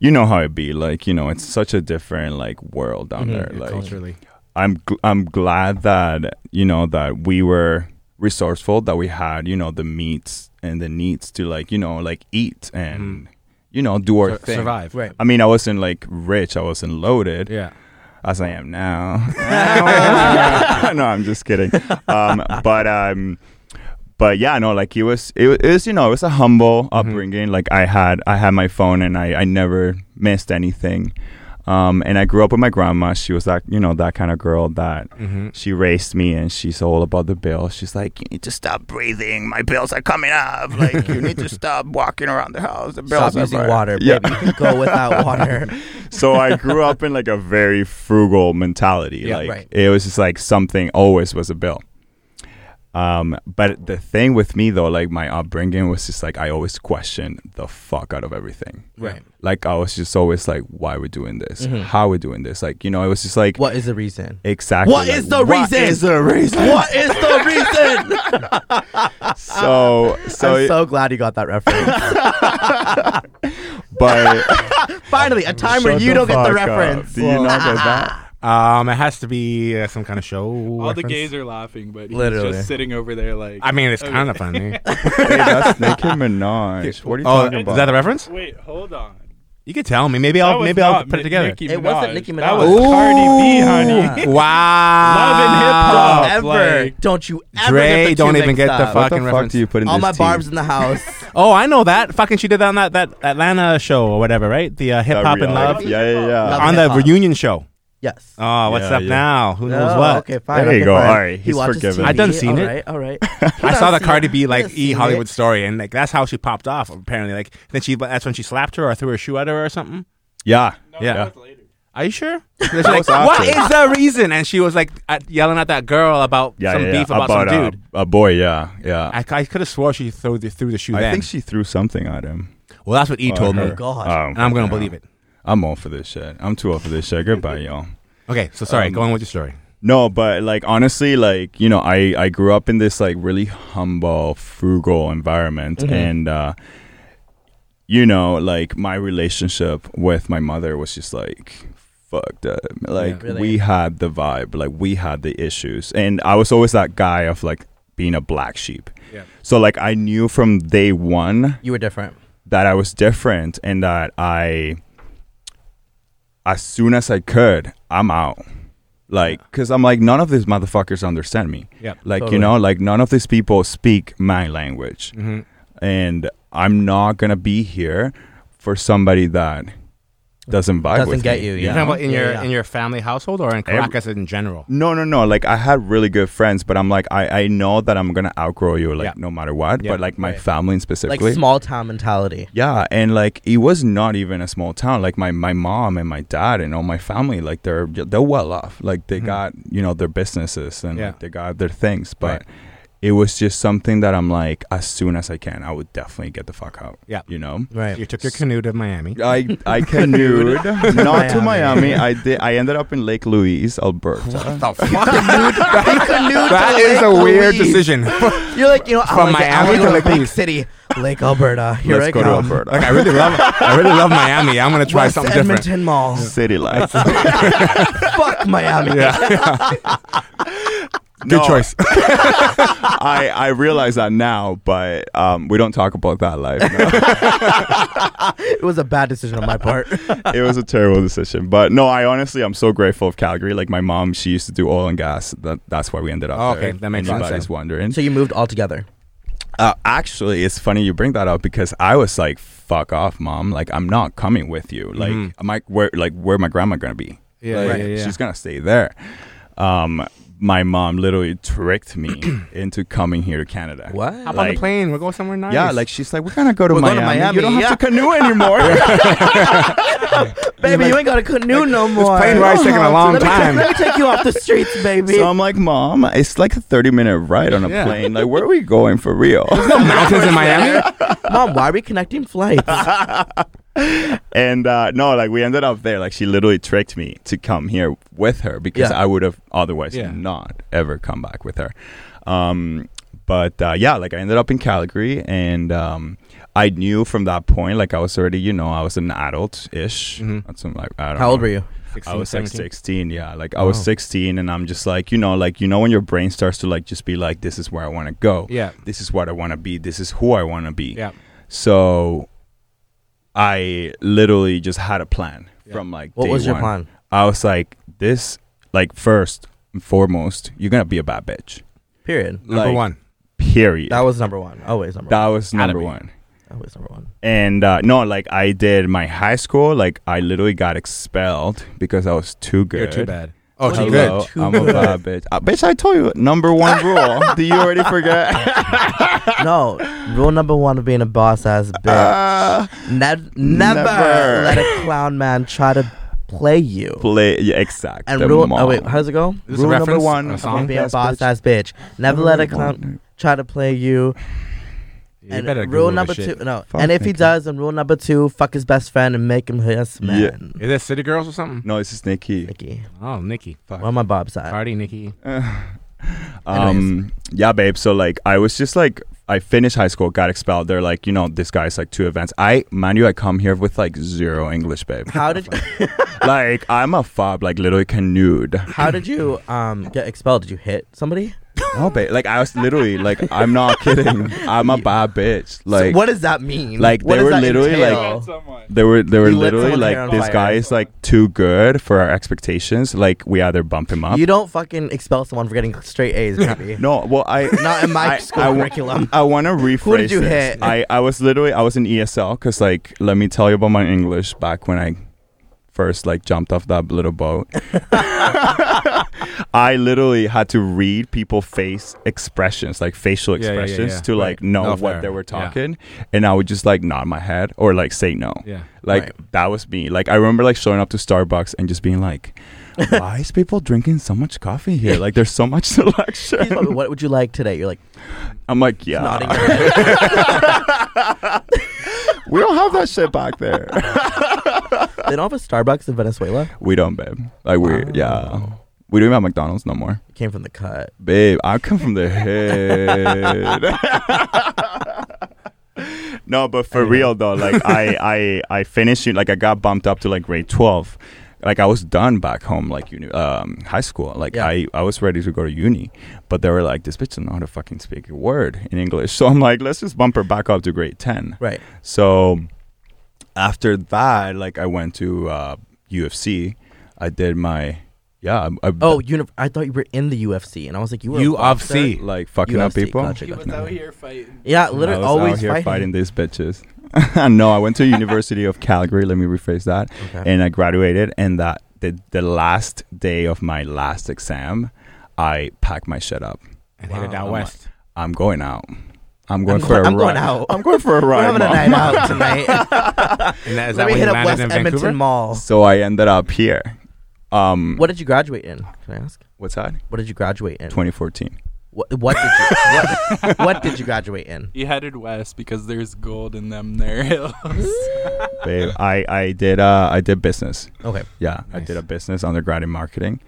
C: you know how it be. Like you know, it's such a different like world
A: Mm-hmm.
C: down there. Like
B: Culturally.
C: I'm gl- I'm glad that you know that we were resourceful, that we had you know the meats and the needs to like you know like eat and
A: Mm-hmm.
C: you know do our
B: Sur-
C: thing.
B: survive.
A: right.
C: I mean, I wasn't like rich. I wasn't loaded.
B: Yeah.
C: as I am now. no, I'm just kidding. Um, but um, but yeah, no, like it was, it was, it was, you know, it was a
A: Mm-hmm.
C: humble upbringing. Like I had, I had my phone, and I, I never missed anything. Um, and I grew up with my grandma. She was that, you know, that kind of girl that
A: Mm.
B: Mm-hmm.
C: she raised me, and she's all about the bill. She's like, you need to stop breathing. My bills are coming up. Like you need to stop walking around the house. The bills
A: Stop
C: are
A: using
C: burning."
A: water,
C: Yeah
A: baby. You can go without water.
C: so I grew up in like a very frugal mentality.
B: Yeah,
C: like
A: right.
C: it was just like something always was a bill. Um, but the thing with me though, like my upbringing was just like I always questioned the fuck out of everything.
A: Right.
C: Like I was just always like, why are we doing this? How are we doing this? Like you know, it was just like
A: Mm-hmm. What is the reason?
C: exactly.
A: What
C: like,
A: is the reason?
C: What is the reason?
A: What is the reason?
C: So so,
A: I'm so glad you got that reference.
C: but
A: Finally, a time where
C: Shut
A: you don't get the
C: fuck up.
A: reference.
C: Do you not get that?
B: Um, it has to be uh, some kind of show.
E: All the gays are laughing, but he's
A: Literally.
E: just sitting over there like.
B: I mean, it's kind of funny.
C: Hey, that's Nicki Minaj. What are you
B: oh,
C: talking
B: is
C: about?
B: that the reference?
E: Wait, hold on.
B: You could tell me. Maybe
E: That
B: I'll
E: was
B: maybe I'll
E: not
B: put it
E: Mi-
B: together.
E: Nicki
A: It wasn't Nicki
E: That
A: Minaj.
E: was Cardi B, honey.
A: Ooh.
B: Wow.
E: Love and hip hop.
A: ever.
E: like-
A: don't you ever
B: Dre,
A: get the two
B: don't even
A: mixed
B: get the
A: up.
B: fuck-
C: what the
B: fucking
C: fuck
B: reference.
C: do you put in
A: All
C: this
A: my
C: tea?
A: barbs in the house.
B: Oh, I know that. Fucking she did that on that, that Atlanta show or whatever, right? The uh, hip
C: That
B: hop and love.
C: reality- Yeah, yeah, yeah.
A: Love
B: On the
A: Hip-Hop.
B: reunion show.
A: yes.
B: Oh, what's
C: Yeah,
B: up
C: yeah.
B: now? Who knows
A: Oh,
B: what?
A: Okay, fine.
C: There you
A: okay,
C: go.
A: fine.
C: All right,
A: He
C: he's
A: watches
C: forgiven.
A: TV.
B: I done seen
A: all
B: it.
A: right, all right.
B: I saw the Cardi B
A: He
B: like
A: done
B: E
A: seen
B: Hollywood
A: it.
B: story, and like that's how she popped off. Apparently, like then she that's when she slapped her or threw her shoe at her or something.
C: Yeah.
B: Yeah.
E: That was later.
B: Are you sure?
C: That was
B: What
C: after.
B: is the reason? And she was like at, yelling at that girl about
C: Yeah,
B: some
C: yeah, yeah.
B: beef about, some
C: uh,
B: dude.
C: A, boy, yeah, yeah.
B: I, I could have swore she threw the, threw the shoe
C: I,
B: then.
C: think she threw something at him.
B: well, that's what E
C: or
B: told
C: her.
B: me,
A: Oh, God.
C: Um,
B: and I'm gonna believe it.
C: I'm all for this shit. I'm too old for this shit. Goodbye, y'all.
B: Okay, so sorry.
C: Um,
B: go on with your story.
C: No, but like honestly, like you know, I I grew up in this like really humble, frugal environment,
A: Mm-hmm.
C: and uh, you know, like my relationship with my mother was just like fucked up. Like
A: Yeah. Really?
C: we had the vibe, like we had the issues, and I was always that guy of like being a black sheep.
B: Yeah.
C: So like I knew from day one
A: You were different.
C: that I was different and that I, as soon as I could, I'm out. Like, cause I'm like, none of these motherfuckers understand me.
B: Yeah,
C: Like,
A: totally.
C: you know, like none of these people speak my language.
A: Mm-hmm.
C: And I'm not gonna be here for somebody that doesn't vibe
A: Doesn't
C: with
A: get
C: me,
A: you,
C: know?
A: yeah.
B: You're talking about in
A: Yeah,
B: your
A: yeah.
B: in your family household or in Caracas in general.
C: No, no, no. Like I had really good friends, but I'm like I, I know that I'm gonna outgrow you, like
B: Yeah.
C: no matter what.
B: Yeah,
C: but like my
B: right.
C: family
A: like
C: specifically,
A: small town mentality.
C: yeah, and like it was not even a small town. Like my my mom and my dad and all my family, like they're they're well off. Like they
B: Mhm.
C: got you know their businesses and
B: Yeah.
C: like, they got their things, but.
B: Right.
C: It was just something that I'm like, as soon as I can, I would definitely get the fuck out.
B: Yeah.
C: you know.
A: Right.
B: You took your canoe to Miami.
C: I I canoed not to Miami. I did. I ended up in Lake Louise, Alberta.
B: the fuck? that is a weird decision. like
A: You're like, you know, I
B: From
A: wanna get- I
B: Miami
A: want to
B: to
A: go to
B: Lake
A: a big
B: Louise.
A: city, Lake Alberta. Here
C: Let's
A: I
C: go to
A: come.
C: Alberta.
B: I really love I really love Miami. I'm gonna try
A: West
B: something
A: Edmonton
B: different.
A: Mall.
C: City life.
A: Fuck Miami.
B: Good
C: No,
B: choice.
C: I, I realize that now, but um, we don't talk about that life.
A: It was a bad decision on my part.
C: No. it was a terrible decision. But no, I honestly, I'm so grateful of Calgary. Like my mom, she used to do oil and gas. That, that's why we ended up
B: Oh,
C: there.
B: okay. That makes sense.
C: Anybody's wondering.
A: so you moved all together.
C: Uh, actually, it's funny you bring that up because I was like, fuck off, mom. Like I'm not coming with you. Like,
B: Mhm.
C: my, where, like where my grandma going to be?
B: Yeah,
C: Like,
B: yeah, yeah.
C: She's gonna stay there. Um, my mom literally tricked me into coming here to Canada.
A: What?
B: Hop on
C: Like-
B: the plane. We'll go somewhere nice.
C: Yeah, like she's like, we're gonna go to,
A: We're going
C: Miami.
A: to
C: You don't
A: Miami,
C: have to canoe anymore.
A: Baby, you ain't got a canoe no more.
B: plane ride's taking a long
A: let me,
B: time.
A: Let me take you off the streets, baby.
C: so I'm like, mom, it's like a 30 minute ride on a
B: Yeah.
C: plane. Like, where are we going for real?
B: mountains in Miami.
A: Mom, why are we connecting flights?
C: and uh, no, like we ended up there. Like she literally tricked me to come here with her because
A: Yeah.
C: I would have otherwise
B: Yeah.
C: not ever come back with her. Um, but uh, yeah, like I ended up in Calgary, and um, I knew from that point, like I was already, you know, I was an adult ish.
B: Mhm.
C: That's I'm like, I don't
A: Mm-hmm. How old
C: know.
A: were you?
C: I was like
B: 16.
C: 16, yeah. Like I was
B: Wow.
C: 16 and I'm just like, you know, like you know when your brain starts to like just be like this is where I want to go.
B: Yeah.
C: This is what I want to be. This is who I want to be.
B: Yeah.
C: So I literally just had a plan from like
A: What
C: day
A: was your
C: one.
A: plan?
C: I was like this like first and foremost, you're going to be a bad bitch.
A: Period.
B: Number
C: Like,
B: one.
C: Period.
A: That was number one. Always number
C: that was
B: Gotta
C: number
B: be.
C: 1.
A: one. Always number one.
C: and uh, no, like I did my high school. Like I literally got expelled because I was too good.
B: You're too bad. Oh,
A: What do
B: too
A: you
B: good.
C: Hello,
A: good. Too
C: I'm a
A: good.
C: bad bitch. Uh, bitch, I told you number one rule. Do you already forget?
A: no, rule number one of being a boss ass bitch.
C: Uh,
A: Ne- never,
C: never.
A: let a clown man try to play you.
C: play yeah, exact.
A: And
C: the
A: rule. Oh
C: mom.
A: wait, how does it go?
B: Is this a
C: Rule number
B: reference?
C: one,
B: A
A: Don't
B: song?
A: be a
C: Ass
A: boss
C: bitch.
A: ass bitch. Never let a
C: Number
A: clown
C: one.
A: try to play you.
B: You
A: And
B: better Google
A: rule
B: this
A: number two,
B: shit.
A: no.
C: Fuck
A: and if he
C: Nikki.
A: does, then rule number two, fuck his best friend and make him his man.
B: Is that City Girls or something?
C: No, it's just Nikki.
A: Nikki,
B: Oh, Nikki. Fuck.
A: where my Bob side?
B: Party, Nikki.
C: Um, yeah, babe. So like, I was just like, I finished high school, got expelled. They're like, you know, this guy's like two events. I, mind you, I come here with like zero English, babe.
A: How did
C: like, I'm a fob, like literally canoed.
A: how did you um get expelled? Did you hit somebody?
C: No, babe. Like I was literally like, I'm not kidding. I'm a bad bitch. Like,
A: what does that mean?
C: like,
A: What
C: they
A: does
C: were
A: that
C: literally, like-
A: entail?
C: They were they were
A: You lit
C: literally
A: someone's hair
C: like
A: on
C: this
A: fire.
C: guy is like too good for our expectations. Like we either bump him up.
A: you don't fucking expel someone for getting straight A's, baby.
C: no, well I
A: Not in my
C: I-
A: school
C: I wa-
A: curriculum.
C: I want to rephrase.
A: you
C: this.
A: hit?
C: I I was literally I was in E ESL because like let me tell you about my English back when I first like jumped off that little boat. I literally had to read people face expressions, like facial
B: Yeah, yeah, yeah,
C: expressions,
B: yeah.
C: to like
B: Right.
C: know
B: No
C: what
B: fair.
C: they were
B: Yeah.
C: talking, and I would just like nod my head or like say no.
B: Yeah.
C: Like
A: Right.
C: that was me. Like I remember like showing up to Starbucks and just being like, "Why is people drinking so much coffee here? Like there's so much
A: He's probably,
C: selection."
A: what would you like today? You're like
C: I'm like,
A: nodding.
C: "Yeah, we don't have that shit back there.
A: they don't have a Starbucks in Venezuela.
C: we don't, babe. Like we, yeah, we don't even have McDonald's no more,
A: It came from the cut.
C: babe. I come from the head." no, but for real though, like I, I, I finished it. Like I got bumped up to like grade twelve. Like I was done back home, like uni, um, high school. Like
A: Yeah.
C: I, I was ready to go to uni, but they were like, "This bitch doesn't know how to fucking speak a word in English." So I'm like, "Let's just bump her back up to grade 10.
A: Right.
C: So after that, like I went to uh, UFC. I did my yeah. I, I,
A: Oh, uni- I thought you were in the UFC, and I was like, you were a boxer?
B: UFC.
C: like fucking up
A: UFC,
C: people.
A: gotcha, gotcha.
C: out
E: here fighting.
A: Yeah,
C: I was
A: literally
C: out
A: always
C: here
A: fighting.
C: fighting. these bitches. no, I went to University of Calgary. Let me rephrase that.
A: Okay.
C: And I graduated, and that the the last day of my last exam, I packed my shit up.
B: and headed
A: Wow.
B: out west.
C: I'm going out. I'm going
A: I'm
C: for
A: go-
C: a
A: I'm going
C: ride.
A: out.
C: I'm going for a
A: We're
C: ride.
A: having a
C: Mom.
A: night out tonight.
B: And that,
A: Let
B: is that
A: me
B: when
A: hit
B: you
A: up West
B: landed in Vancouver?
A: Edmonton Mall.
C: So I ended up here. Um,
A: What did you graduate in? Can I ask?
C: what's that?
A: What did you graduate in?
C: 2014.
A: What, what did you what, what did you graduate in?
E: He headed west because there's gold in them there hills.
C: Babe, I I did uh I did business.
A: Okay.
C: Yeah, I
B: Nice.
C: did a business undergrad in marketing.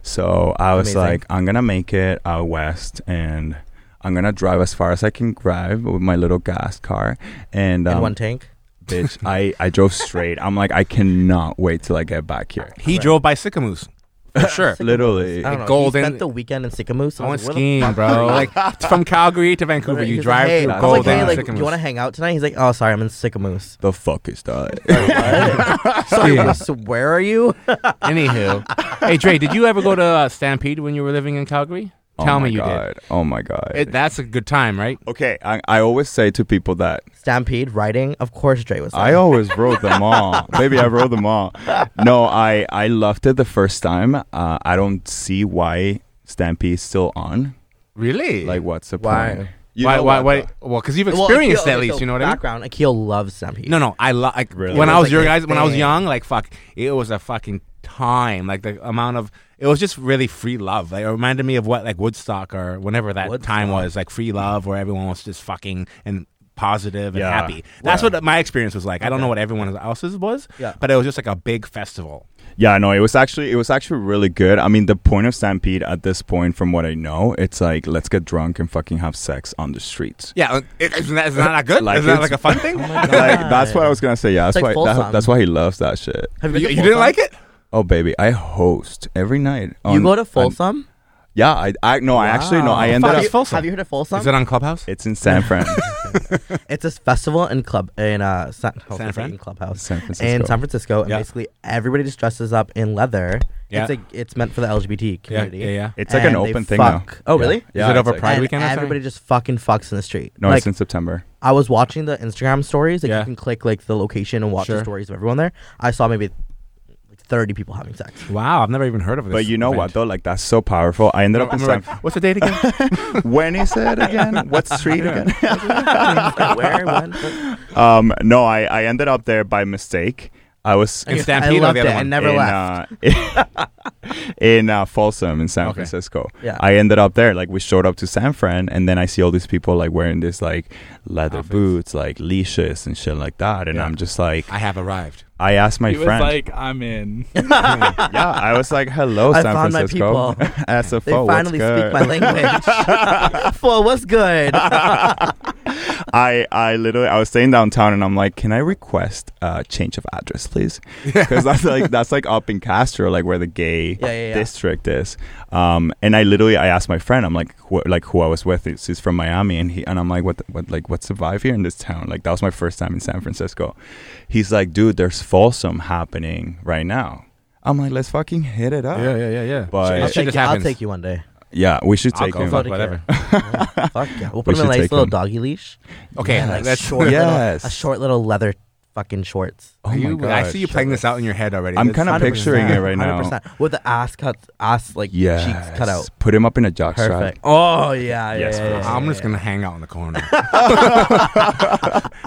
C: So I was
A: Amazing.
C: like, I'm gonna make it out west, and I'm gonna drive as far as I can drive with my little gas car. And,
A: In
C: um,
A: one tank.
C: bitch, I I drove straight. I'm like, I cannot wait till I get back here.
B: He drove by Sycamoose. For sure.
C: Literally,
A: I don't know.
B: Golden-
A: He spent the weekend in Sycamore. So
B: I
A: I
B: went
A: was like, where the
B: skiing,
A: fuck
B: bro.
A: were you?
B: Like it's from Calgary to Vancouver,
A: Literally,
B: you
A: he's
B: drive
A: like, hey,
B: through
A: I was
B: gold.
A: like, hey,
B: down
A: like, do
B: Sycamoose.
A: you want to hang out tonight? He's like, oh, sorry, I'm in Sycamore. so
C: the fuck is that?
A: where are you?
B: Anywho, hey Dre, did you ever go to uh, Stampede when you were living in Calgary?
C: Oh
B: Tell
C: my
B: me you
C: God. Oh my god.
B: did. It, that's a good time, right?
C: okay, I, I always say to people that
A: Stampede riding. Of course, Dre was.
C: I
A: there.
C: always wrote them all. Baby, I wrote them all. No, I, I loved it the first time. Uh, I don't see why Stampede's still on.
B: Really?
C: Like, what's the
A: Why?
C: point? You
B: why?
C: know
B: Why?
C: what,
B: Why?
C: though?
B: Well, because you've
A: Well,
B: experienced
A: Akil-
B: it at
A: okay,
B: least.
A: so
B: You know what I mean?
A: Background. Akil loves Stampede.
B: No, no, I love like
C: Really?
B: when
C: It
B: I
A: was
B: was
A: like
B: your
A: his
B: guys when I was
A: thing.
B: young, like fuck, it was a fucking time. Like the amount of it was just really free love. Like it reminded me of what like Woodstock or whenever that time was, like free love where everyone was just fucking and positive and
C: Yeah.
B: happy. That's
C: Yeah.
B: what my experience was like. I don't know what everyone else's was,
A: Yeah.
B: but it was just like a big festival.
C: Yeah, no, it was actually it was actually really good. I mean, the point of Stampede at this point, from what I know, it's like let's get drunk and fucking have sex on the streets.
B: Yeah, Uh, it, isn't, that, isn't that not good?
C: Like Oh
B: isn't that
C: it's-
B: like a fun thing?
C: like that's what I was gonna say. Yeah,
A: It's
C: that's
A: like
C: why
A: Folsom.
C: that, that's why he loves that shit.
A: Have been
B: you,
A: to
B: you didn't
A: Folsom?
B: like it?
C: Oh baby, I host every night.
A: You
C: on-
A: go to
C: on-
A: Folsom?
C: yeah, I, I no, I actually no, I
A: Wow.
C: ended
B: Fuck
C: up.
B: It's
A: Have you-
B: Folsom.
A: Have you heard of Folsom?
B: Is it on Clubhouse?
C: It's in San Fran,
A: It's this festival and club in uh San, oh,
B: San
A: I'm
B: Fran?
A: thinking clubhouse
C: San Francisco.
A: in San Francisco, and
B: Yeah.
A: basically everybody just dresses up in leather.
B: Yeah.
A: It's like it's meant for the LGBT
B: yeah,
A: community.
B: yeah, yeah.
C: It's like an
A: And they
C: open thing
A: fuck.
C: now.
A: Oh, really?
C: Yeah,
B: Is it
C: it's
B: over
C: like-
B: Pride
A: and
B: weekend or something?
A: everybody just fucking fucks in the street.
C: No,
A: like
C: it's in September.
A: I was watching the Instagram stories. Like
B: Yeah.
A: you can click like the location and watch the
B: Sure.
A: stories of everyone there. I saw maybe like thirty people having sex.
B: Wow, I've never even heard of this.
C: But you know what
B: event.
C: though? Like that's so powerful. I ended up in San.
B: What's the date again?
C: when is it again? What street again?
A: Where? When?
C: um, no, I, I ended up there by mistake. I was
B: In
A: I
B: Stampede or
A: loved
B: the
A: it.
B: other
A: I
B: one?
A: never
C: in,
A: left.
C: uh, in uh, Folsom in San
B: Okay.
C: Francisco.
A: Yeah.
C: I ended up there. Like we showed up to San Fran, and then I see all these people like wearing this like leather
B: Outfits.
C: boots, like leashes and shit like that. And
B: Yeah.
C: I'm just like,
B: I have arrived.
C: I asked my
E: he
C: friend.
E: was like, I'm in.
C: yeah, I was like, hello,
A: I
C: San
A: found my
C: Francisco.
A: people.
C: SFO,
A: They
C: what's
A: finally speak
C: good?
A: my language. For what's good?
C: I I literally I was staying downtown and I'm like, can I request a change of address, please? Because that's like that's like up in Castro, like where the gay
A: Yeah, yeah, yeah.
C: district is. Um, and I literally I asked my friend, I'm like, who, like who I was with, he's he's from Miami, and he and I'm like, what, the, what, like what's the vibe here in this town? Like that was my first time in San Francisco. He's like, dude, there's Folsom happening right now. I'm like, let's fucking hit it up.
B: Yeah, yeah, yeah, yeah.
C: Oh. But-
A: I'll
C: It
A: take,
B: just
A: you, I'll
B: happens.
A: take you one day.
C: Yeah, we should
B: I'll
C: take
B: go
C: him.
B: fuck
A: Fuck
B: whatever.
A: yeah, fuck yeah. We'll put
C: We
A: him in
C: should
A: a nice
C: take
A: little
C: him.
A: doggy leash.
B: Okay,
A: Yeah,
B: like
A: like
B: that's
A: short
C: Yes.
A: little, a short little leather fucking shorts.
C: Oh my
B: You- I
C: gosh.
B: see you playing this out in your head already.
C: I'm
B: This-
C: kinda- I'm picturing it right now.
A: 100%. With the ass cut, ass like
C: Yes.
A: cheeks cut out.
C: Put him up in a jockstrap.
A: Perfect. Oh yeah, yeah.
C: Yes,
A: yeah, yeah,
C: please.
A: yeah,
B: I'm
A: yeah,
B: just gonna hang out in the corner,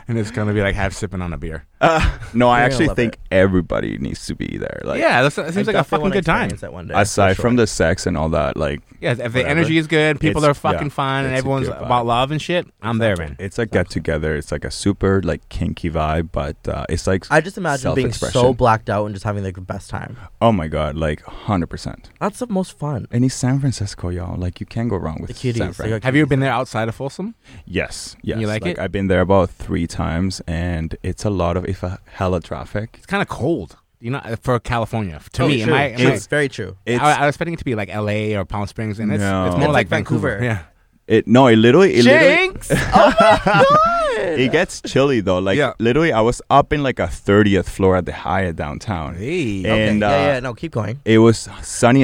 B: and it's gonna be like half sipping on a beer.
C: No, I
A: You're gonna
C: actually
A: love
C: think
A: it.
C: everybody needs to be there. Like,
B: yeah, that's, that
A: yeah.
B: seems
A: I
B: like a
A: definitely
B: fucking
A: wanna
B: good time.
A: experience It one day,
C: aside
A: for
C: from
A: sure.
C: the sex and all that, like
B: Yeah, if the
C: Whatever.
B: energy is good, people
C: It's-
B: are fucking
C: yeah,
B: fun, and
C: it's a
B: everyone's
C: good vibe.
B: about love and shit. I'm there, man.
C: it's a get together. It's like a super like kinky vibe, but uh, it's like
A: I just imagine being so
C: self-expression.
A: blacked out and just having like the best time.
C: oh my god, like hundred percent.
A: That's the most fun.
C: And it's San Francisco, y'all. Like you can't go wrong with
A: The cuties,
C: San
A: they
C: Fran.
A: got
B: Have you been there outside of Folsom?
C: yes, yes.
B: like it?
C: I've been there about three times, and it's a lot of if a hella traffic.
B: It's kind of cold, you know, uh, for California. To
A: Oh,
B: me, am
A: true,
B: I, am
A: true.
B: I-
A: It's very true.
C: It's
B: I, I was expecting it to be like L.A. or Palm Springs, and it's,
C: No.
B: it's more
C: It's
B: like,
A: like Vancouver.
B: Yeah,
C: it no, it literally it literally,
A: Oh
C: it gets chilly though. Like
B: Yeah.
C: literally, I was up in like a thirtieth floor at the Hyatt downtown.
B: Hey.
C: And-
A: okay,
C: uh,
A: yeah, yeah. No, keep going.
C: It was sunny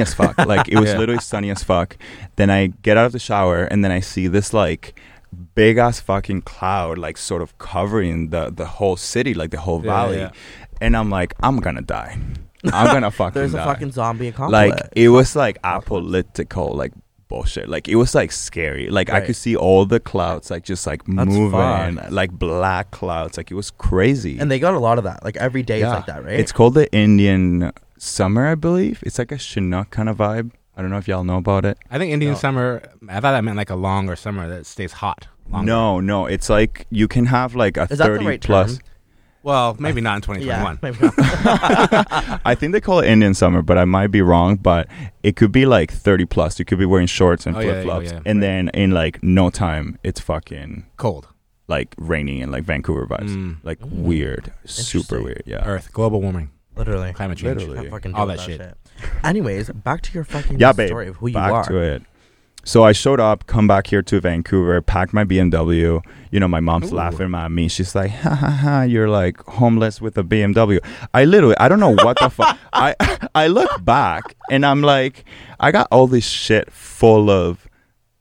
C: as fuck. Like it was
B: Yeah.
C: literally sunny as fuck. Then I get out of the shower and then I see this like big ass fucking cloud like sort of covering the the whole city, like the whole
B: Yeah,
C: valley.
B: yeah.
C: And I'm like, I'm gonna die. I'm gonna fucking
A: There's
C: die.
A: a fucking zombie in
C: like
A: conflict.
C: it was like apolitical, like bullshit. Like it was like scary. Like I
A: Right.
C: could see all the clouds like just like moving,
B: fucked.
C: like black clouds. Like it was crazy.
A: and they got a lot of that. Like every day is like that, right?
C: It's called the Indian summer, I believe. It's like a Chinook kind of vibe. I don't know if y'all know about it.
B: I think Indian
A: No.
B: summer. I thought that meant like a longer summer that stays hot. Longer.
C: No, no. It's like you can have like a
A: Is that the
C: thirty
A: right
C: plus.
A: term?
B: Well, maybe not in
A: yeah.
B: 2021.
C: I think they call it Indian summer, but I might be wrong. But it could be like thirty plus. You could be wearing shorts and
B: Oh, yeah, yeah,
C: flip flops,
B: yeah.
C: and then in like no time, it's fucking
B: Cold.
C: like rainy and like Vancouver vibes.
B: Mm.
C: Like weird, super
A: Interesting.
C: weird. Yeah.
B: Earth. Global warming.
A: Literally.
B: Climate change.
C: Literally.
A: I'm fucking
B: All
A: dope
B: that
A: with
B: shit.
A: Anyways, back to your fucking
C: Yeah, babe.
A: story of who you
C: back
A: are.
C: to it. So I showed up, come back here to Vancouver, packed my BMW. You know, my mom's
B: Ooh.
C: laughing at me. She's like, ha ha ha, you're like homeless with a BMW. I literally, I don't know what the fuck. I, I look back and I'm like, I got all this shit full of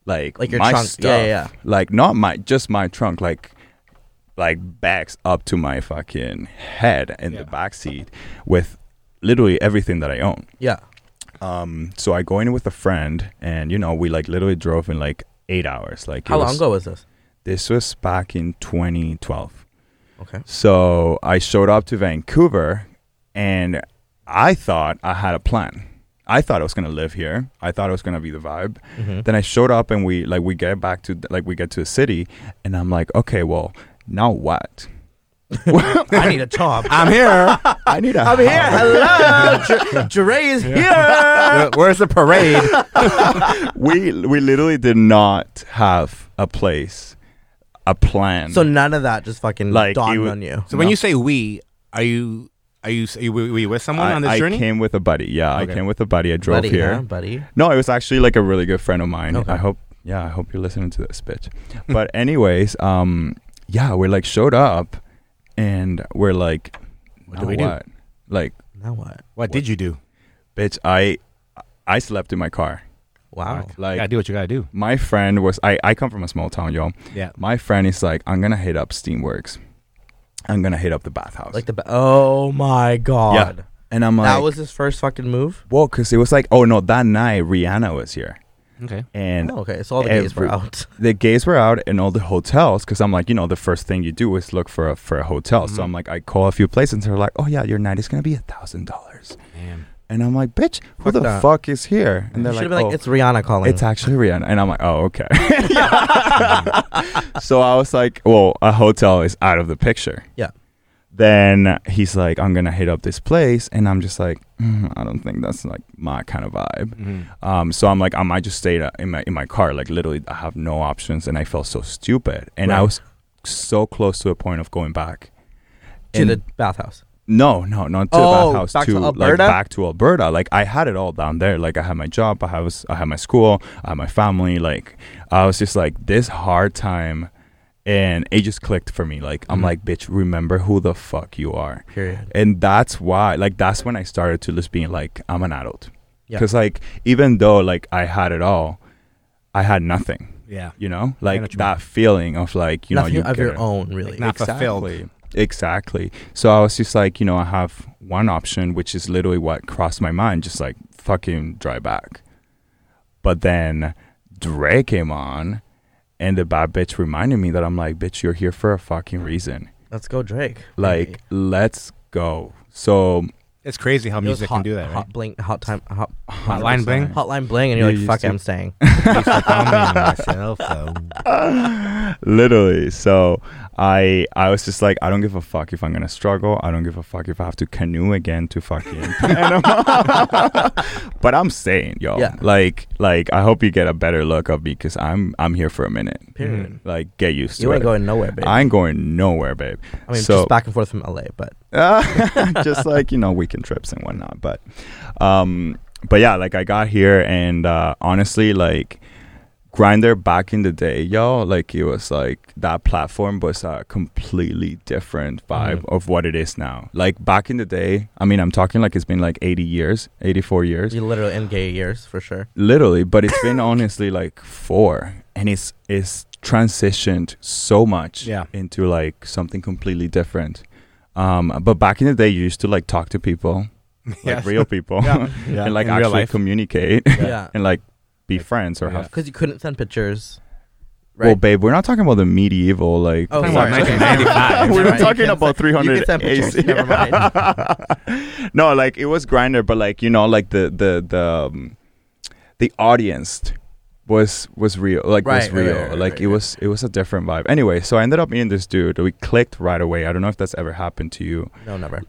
C: like,
A: Like your
C: my
A: trunk. Yeah,
C: stuff.
A: yeah, yeah.
C: Like not my, just my trunk. Like, like bags up to my fucking head in the
B: Yeah.
C: back seat with literally everything that I own.
A: Yeah.
C: Um, so I go in with a friend, and you know, we like literally drove in like eight hours. Like it
A: How long
C: was-
A: ago was this?
C: This was back in 2012.
A: Okay.
C: So I showed up to Vancouver, and I thought I had a plan. I thought I was gonna live here. I thought it was gonna be the vibe.
A: Mm-hmm.
C: Then I showed up, and we like we get back to like we get to the city, and I'm like, okay, well now what?
A: I need a job.
B: I'm here.
C: I need a
A: I'm here. Hello. Jure is here.
B: Where- Where's the parade?
C: we we literally did not have a place, a plan.
A: So none of that just fucking
C: Like,
A: dawned
C: it was-
A: on you.
B: So when
C: No.
B: you say we, are you are you, are you were you with someone
C: I,
B: on this
C: I
B: journey?
C: came with a buddy. Yeah,
B: Okay.
C: I came with a buddy. I drove
A: buddy,
C: here.
A: huh, buddy.
C: No, it was actually like a really good friend of mine.
A: Okay.
C: I hope. Yeah, I hope you're listening to this, bitch. but anyways, um, yeah, we like showed up, and we're like,
B: What do
C: "Now
B: we do?"
C: do? Like,
A: Now what?
B: What did you do?
C: bitch, I, I slept in my car.
A: Wow.
B: You
C: Like,
B: gotta Oh. do what you gotta do.
C: my friend was. I I come from a small town, y'all.
B: Yeah.
C: My friend is like, I'm gonna hit up Steamworks. I'm gonna hit up the bathhouse.
A: Like the ba- oh my god.
C: and I'm like,
A: that was his first fucking move.
C: well, because it was like, oh no, that night Rihanna was here,
B: Okay.
C: and
A: Oh, okay, so all the gays were
C: every-
A: out.
C: the gays were out in all the hotels because I'm like, you know, the first thing you do is look for a, for a hotel. So
A: Mm-hmm.
B: Mhm.
C: I'm like, I call a few places and they're like, oh yeah, your night is gonna be a thousand dollars.
B: Man.
C: And I'm like, bitch, who
A: Fuck
C: the
A: that.
C: fuck is here? And
A: You
C: they're
A: should have
C: like,
A: been
C: oh,
A: like,
C: it's,
A: it's Rihanna calling.
C: actually Rihanna. And I'm like, oh okay. so I was like, well, a hotel is out of the picture.
A: Yeah.
C: Then he's like, I'm gonna hit up this place, and I'm just like, "Mm, I don't think that's like my kind of vibe.
B: Mhm.
C: Um, so I'm like, I might just stay to- in my in my car. Like literally, I have no options, and I felt so stupid. And I
A: Right.
C: was so close to a point of going back.
A: to
C: And-
A: the bathhouse.
C: no, no, not to
A: Oh,
C: the bathhouse.
A: back to
C: like
A: Alberta?
C: back to Alberta. Like I had it all down there. Like I had my job. I was I had my school. I had my family. Like I was just like this hard time, and it just clicked for me. Like
A: Mm-hmm.
C: I'm
B: Mhm.
C: like, bitch, remember who the fuck you are.
A: Period.
C: And that's why, like, that's when I started to just being like, I'm an adult.
A: Yeah.
C: Because, like, even though, like, I had it all, I had nothing,
B: Yeah.
C: you know? Like,
B: what you
C: that feeling of, like, you
A: Nothing
C: know, you
A: of
C: get
A: your
C: it.
A: own, really.
B: Not fulfilled.
C: Exactly. Exactly. So I was just like, you know, I have one option, which is literally what crossed my mind, just like, fucking drive back. But then Dre came on, and the bad bitch reminded me that I'm like, bitch, you're here for a fucking reason.
A: Let's go, Drake.
C: Like, let's go. So
B: It's crazy how
A: It was
B: music
A: hot,
B: can do that. Right?
A: Hot bling, hot time, hot,
B: Hotline bling.
A: hotline bling, and you're
C: You
A: like, fuck,
C: used
A: it,
C: to-
A: I'm staying.
B: myself, though.
C: literally so i i was just like i don't give a fuck if i'm gonna struggle i don't give a fuck if i have to canoe again to fucking Panama. but i'm saying yo
A: Yeah.
C: like like i hope you get a better look of me because i'm i'm here for a minute
A: Period.
C: like get used to
A: You
C: it
A: ain't going nowhere, babe.
C: i ain't going nowhere babe
A: I mean,
C: so-
A: just back and forth from LA, but
C: just like you know weekend trips and whatnot but um but yeah like i got here and uh honestly like Grinder back in the day, y'all, like it was like that platform was a completely different vibe of what it is now. Like back in the day, I mean, I'm talking like it's been like 80 years, 84 years,
A: You literally in gay years for sure.
C: literally, but it's been honestly like four, and it's it's transitioned so much
B: Yeah.
C: into like something completely different. Um, but back in the day, you used to like talk to people, like
B: Yes.
C: real people,
B: Yeah.
C: and like
B: In real
C: actually
B: life.
C: communicate
A: Yeah,
C: and like be friends or
B: Yeah.
C: have
A: because you couldn't send pictures.
C: Well, babe, we're not talking about the medieval, like.
A: Oh,
B: Talking
A: sorry.
B: about 1995.
C: we're
A: Never mind.
C: talking
A: You can
C: about
A: send- you
C: 300
A: can send pictures,
C: AC.
A: never
C: no, like it was grinder, but like you know, like the the the um, the audience was was real, like
A: Right,
C: was
A: right,
C: real,
A: right, right,
C: like
A: right,
C: it
A: right.
C: was it was a different vibe. Anyway, so I ended up meeting this dude. We clicked right away. I don't know if that's ever happened to you.
A: No, never.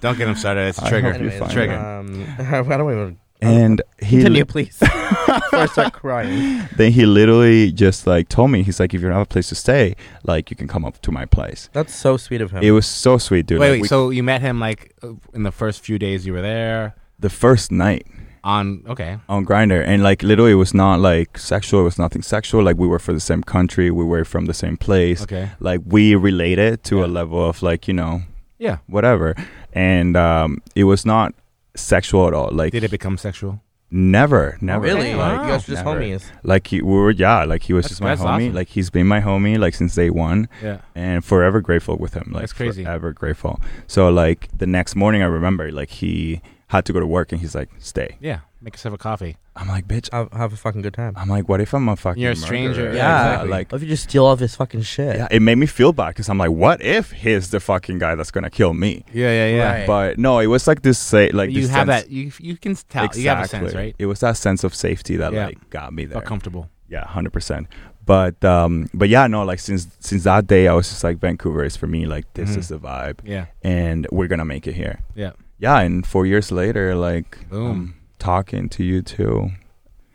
B: Don't get him started. It's
C: I
B: a trigger.
C: hope you
A: Anyways,
C: find
B: Trigger.
A: Um, I don't even
C: And he
A: continue, please. Before I start crying.
C: then he literally just like told me he's like, if you don't have a place to stay, like you can come up to my place.
A: That's so sweet of him.
C: It was so sweet, dude.
B: wait,
C: Like,
B: wait.
C: we-
B: so you met him like uh, in the first few days you were there
C: the first night.
B: on? Okay.
C: on Grinder, and like literally, it was not like sexual. It was nothing sexual. Like we were from the same country, we were from the same place.
B: Okay.
C: Like we related to
B: Yeah.
C: a level of like you know
B: Yeah.
C: whatever, and um, it was not sexual at all. Like
B: Did it become sexual?
C: never, never.
A: really?
B: Wow.
A: Like, you guys were just
C: Never.
A: homies.
C: Like he, we were, yeah. Like he was
B: That's-
C: just my
B: that's
C: homie.
B: awesome.
C: Like he's been my homie like since day one,
B: Yeah.
C: and forever grateful with him. Like
B: That's crazy.
C: Forever grateful. So like the next morning, I remember like he had to go to work, and he's like, "Stay."
B: Yeah. Make us have a coffee.
C: I'm like, "Bitch."
A: Have, have a fucking good time.
C: I'm like, "What if I'm a fucking
B: You're a stranger.
C: murderer?"
A: Yeah,
B: exactly.
C: like.
A: What if you just steal all of his fucking shit?
C: Yeah, it made me feel bad because I'm like, what if he's the fucking guy that's gonna kill me?
B: Yeah, yeah,
A: yeah. Right.
C: But no, it was like this say like
B: you
C: this
B: have
C: sense-
B: that. You you can tell. You have a sense, right?
C: It was that sense of safety that
B: Yeah.
C: like got me there.
B: Felt comfortable.
C: Yeah, hundred percent. But um, but yeah, no, like since since that day, I was just like, Vancouver is for me. Like this
B: Mhm.
C: is the vibe,
B: Yeah.
C: and we're gonna make it here.
B: Yeah.
C: Yeah, and four years later, like
B: Boom.
C: I'm talking to you too.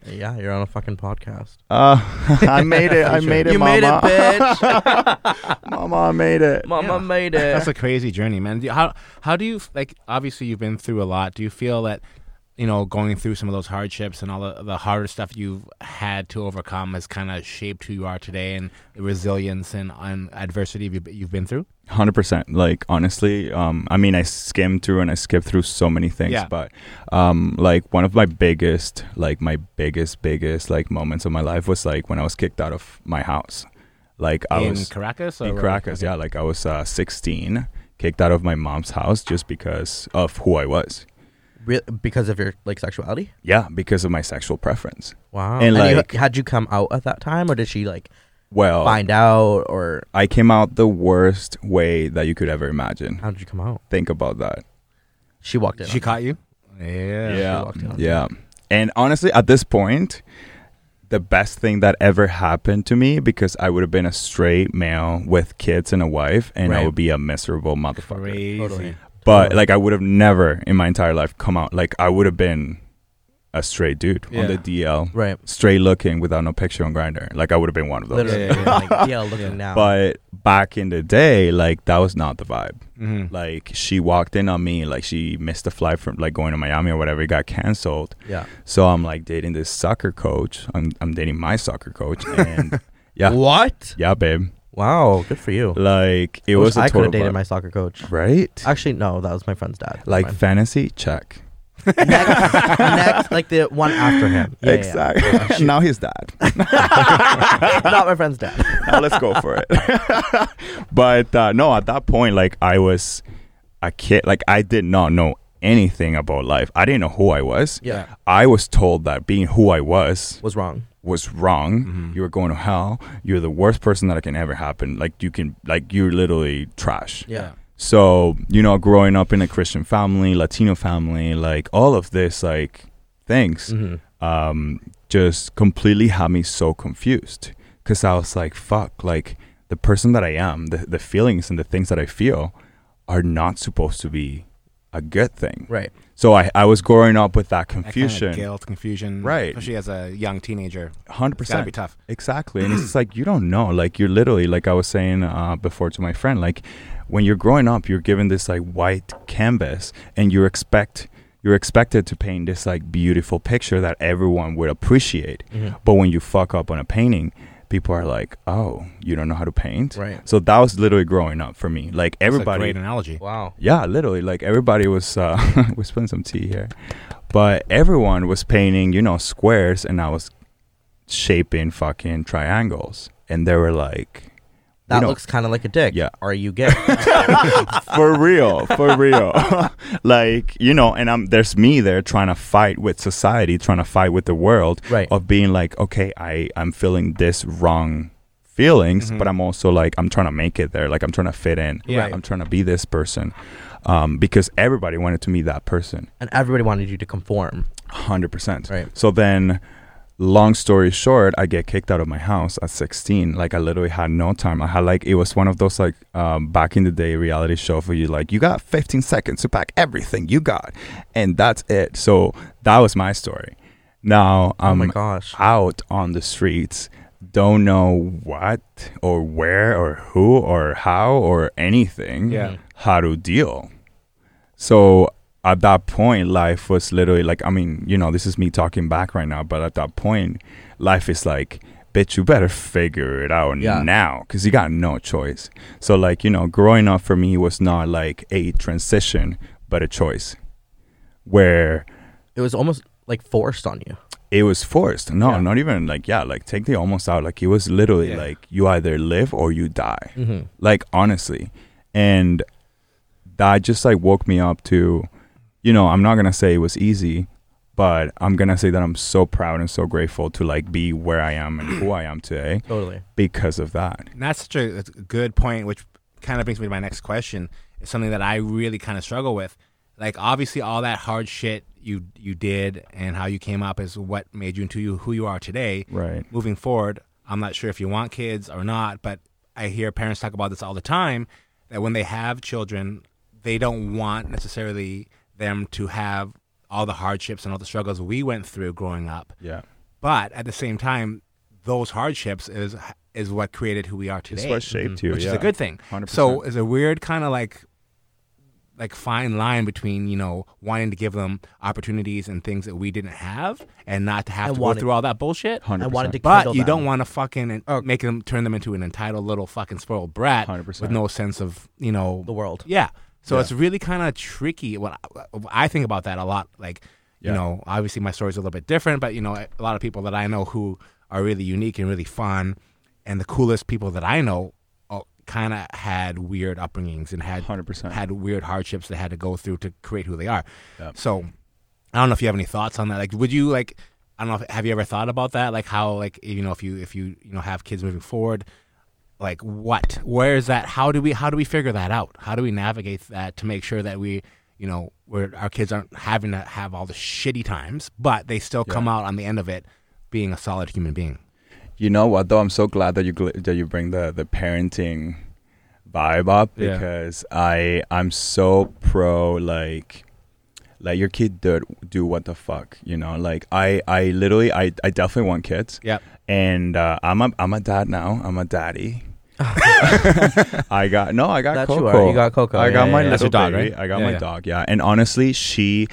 A: Yeah, you're on a fucking podcast.
C: Uh, I made it. I made it,
A: you
C: mama.
A: made it, bitch.
C: mama, I made it.
A: Mama
B: Yeah.
A: made it.
B: That's a crazy journey, man. Do you- How how do you f- like? Obviously, you've been through a lot. Do you feel that you know going through some of those hardships and all the, the harder stuff you've had to overcome has kind of shaped who you are today and the resilience and, and adversity you've, you've been through?
C: Hundred percent. Like honestly, um, I mean, I skimmed through and I skipped through so many things,
B: Yeah.
C: but um, like one of my biggest, like my biggest, biggest like moments of my life was like when I was kicked out of my house. Like I
B: in
C: was
B: Caracas.
C: in
B: or-
C: Caracas,
B: okay.
C: yeah. Like I was uh, sixteen, kicked out of my mom's house just because of who I was.
A: Re- because of your like sexuality.
C: Yeah, because of my sexual preference.
A: Wow.
C: And,
A: you-
C: like- Oh.
A: had you come out at that time, or did she like
C: Well,
A: find out, or
C: I came out the worst way that you could ever imagine.
A: how did you come out?
C: Think about that.
A: She walked in.
B: She
A: on
B: caught you. Yeah.
A: she
C: yeah
A: walked in on
C: yeah and honestly at this point the best thing that ever happened to me because i would have been a straight male with kids and a wife and i
A: Right.
C: would be a miserable motherfucker
B: Crazy.
A: Totally.
C: but like i would have never in my entire life come out like i would have been a straight dude
B: Yeah.
C: on the dl
A: it. right.
C: straight looking without no picture on grinder like i would have been one of those
A: Literally,
B: Yeah, yeah,
A: like yeah, looking now.
C: but back in the day like that was not the vibe
B: Mhm.
C: like she walked in on me like she missed a flight from like going to miami or whatever it got canceled
A: yeah,
C: So I'm like dating this soccer coach. I'm I'm dating my soccer coach, and yeah,
A: What?
C: yeah, babe.
A: Wow, good for you.
C: Like it
A: Wish
C: was a
A: I could
C: total
A: have dated
C: vibe.
A: my soccer coach.
C: right.
A: Actually, no, that was my friend's dad.
C: like
A: Never mind.
C: fantasy check.
A: next, next, like the one after him. Yeah, yeah, yeah.
C: exactly. now he's that.
A: Not my friend's dad.
C: now let's go for it. but uh, no, at that point, like I was a kid. Like I did not know anything about life. I didn't know who I was.
A: Yeah.
C: I was told that being who I was
A: Was wrong.
C: was wrong.
A: Mm-hmm.
C: You were going to hell. You're the worst person that can ever happen. Like you can, like you're literally trash.
A: Yeah.
C: So you know, growing up in a Christian family, Latino family, like all of this, like things,
A: Mm-hmm.
B: Mm.
C: um, just completely had me so confused because I was like, fuck, like the person that I am, the the feelings and the things that I feel are not supposed to be a good thing.
A: Right.
C: So I, I was growing up with that
B: That kinda
C: confusion.
B: guilt, confusion.
C: Right.
B: Especially as a young teenager.
C: hundred
B: It's gotta
C: percent
B: be tough.
C: Exactly, and it's just like you don't know. Like you're literally, like I was saying uh, before to my friend, like when you're growing up, you're given this like white canvas, and you expect you're expected to paint this like beautiful picture that everyone would appreciate.
B: Mm-hmm.
C: But when you fuck up on a painting, people are like, "Oh, you don't know how to paint."
B: Right.
C: So that was literally growing up for me. Like
B: That's a
C: everybody,
B: great analogy.
A: Wow.
C: yeah, literally, like everybody was uh, we're spilling some tea here, but everyone was painting, you know, squares, and I was shaping fucking triangles, and they were like,
A: That
C: You know-
A: looks kind of like a dick.
C: Yeah.
A: Are you gay?
C: for real, for real, like you know, and I'm there's me there trying to fight with society, trying to fight with the world,
A: Right.
C: Of being like, okay, I I'm feeling this wrong feelings, but
A: Mm-hmm.
C: I'm also like I'm trying to make it there, like I'm trying to fit in,
B: Yeah.
C: I'm trying to be this person, um, because everybody wanted to meet that person.
A: and everybody wanted you to conform.
C: Hundred percent.
A: Right.
C: So then, long story short, I get kicked out of my house at sixteen. Like I literally had no time. I had like it was one of those like um, back in the day reality show for you. Like you got fifteen seconds to pack everything you got, and that's it. So that was my story. Now um,
A: oh my
C: I'm
A: gosh.
C: out on the streets. Don't know what or where or who or how or anything
B: Yeah.
C: how to deal. So at that point, life was literally like, I mean, you know, this is me talking back right now, but at that point, life is like, bitch, you better figure it out
A: Yeah.
C: now because you got no choice. So, like, you know, growing up for me was not like a transition, but a choice where
A: It was almost like forced on you.
C: it was forced. No,
B: Yeah.
C: not even like, yeah, like take the almost out. Like, it was literally
B: Yeah.
C: like, you either live or you die
A: Mm-hmm.
C: like honestly and that just like woke me up to you know i'm not gonna say it was easy but i'm gonna say that i'm so proud and so grateful to like be where i am and who i am today
A: Totally.
C: because of that
B: And that's such a, that's a good point, which kind of brings me to my next question. It's something that I really kind of struggle with. Like, obviously, all that hard shit you you did and how you came up is what made you into you, who you are today.
C: right
B: Moving forward, I'm not sure if you want kids or not, but I hear parents talk about this all the time that when they have children, they don't want necessarily them to have all the hardships and all the struggles we went through growing up
C: yeah
B: but at the same time, those hardships is is what created who we are today,
C: it's what
A: Mm-hmm.
C: shaped you
B: which
C: yeah.
B: is a good thing.
C: 100%.
B: So it's a weird kind of like like fine line between you know wanting to give them opportunities and things that we didn't have, and not to have
A: And
B: to
A: wanting-
B: go through all that bullshit.
C: 100%.
A: I wanted to
B: But
A: kindle
B: you
A: them.
B: don't want to fucking make them turn them into an entitled little fucking spoiled brat
C: 100%.
B: with no sense of you know
A: the world.
B: yeah. So
C: Yeah.
B: it's really kind of tricky. When I, I think about that a lot, like
C: Yeah.
B: you know, obviously my story's a little bit different, but you know, a lot of people that I know who are really unique and really fun, and the coolest people that I know, kind of had weird upbringings and had
C: 100%.
B: had weird hardships they had to go through to create who they are.
C: Yep.
B: So I don't know if you have any thoughts on that. Like, would you like? I don't know. If, have you ever thought about that? Like, how like you know if you if you you know have kids moving forward, like what? Where is that? How do we how do we figure that out? How do we navigate that to make sure that we you know where our kids aren't having to have all the shitty times, but they still come out on the end of it being a solid human being.
C: you know what though i'm so glad that you gl- that you bring the the parenting vibe up
E: Yeah.
C: because i i'm so pro like let your kid do, do what the fuck you know like i i literally i, I definitely want kids
B: Yep.
C: and uh, i'm a i'm a dad now i'm a daddy i got no i got
A: That you
C: coco
A: are. You got Coco.
C: i got
A: Yeah,
C: my
A: yeah, yeah.
C: little
B: That's your dog,
C: baby.
B: right?
C: i got
E: Yeah,
C: my
E: yeah.
C: dog yeah and honestly she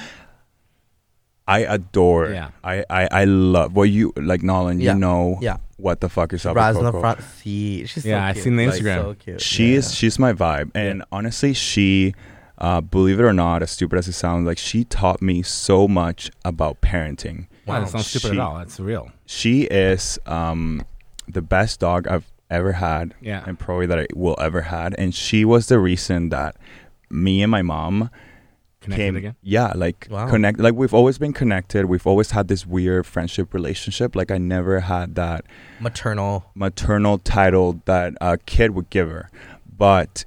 C: I adore.
B: Yeah.
C: I, I, I love. Well, you like Nolan.
A: Yeah.
C: You know.
A: Yeah.
C: what the fuck is up
A: Rise in
C: with
A: the
C: Coco?
A: front seat. She's so
B: Yeah, I
A: cute.
B: seen the
A: Like,
B: Instagram.
A: so cute.
C: She
A: Yeah.
C: is. She's my vibe. And honestly, she, uh, believe it or not, as stupid as it sounds, like she taught me so much about parenting.
B: Wow, that's not stupid
C: She-
B: at all. That's real.
C: She is um, the best dog I've ever had.
B: Yeah.
C: And probably that I will ever had. And she was the reason that me and my mom
B: Connected
C: came-
B: again.
C: Yeah, like
A: Wow.
C: connect. Like we've always been connected. We've always had this weird friendship relationship. Like I never had that
A: maternal.
C: maternal title that a kid would give her. But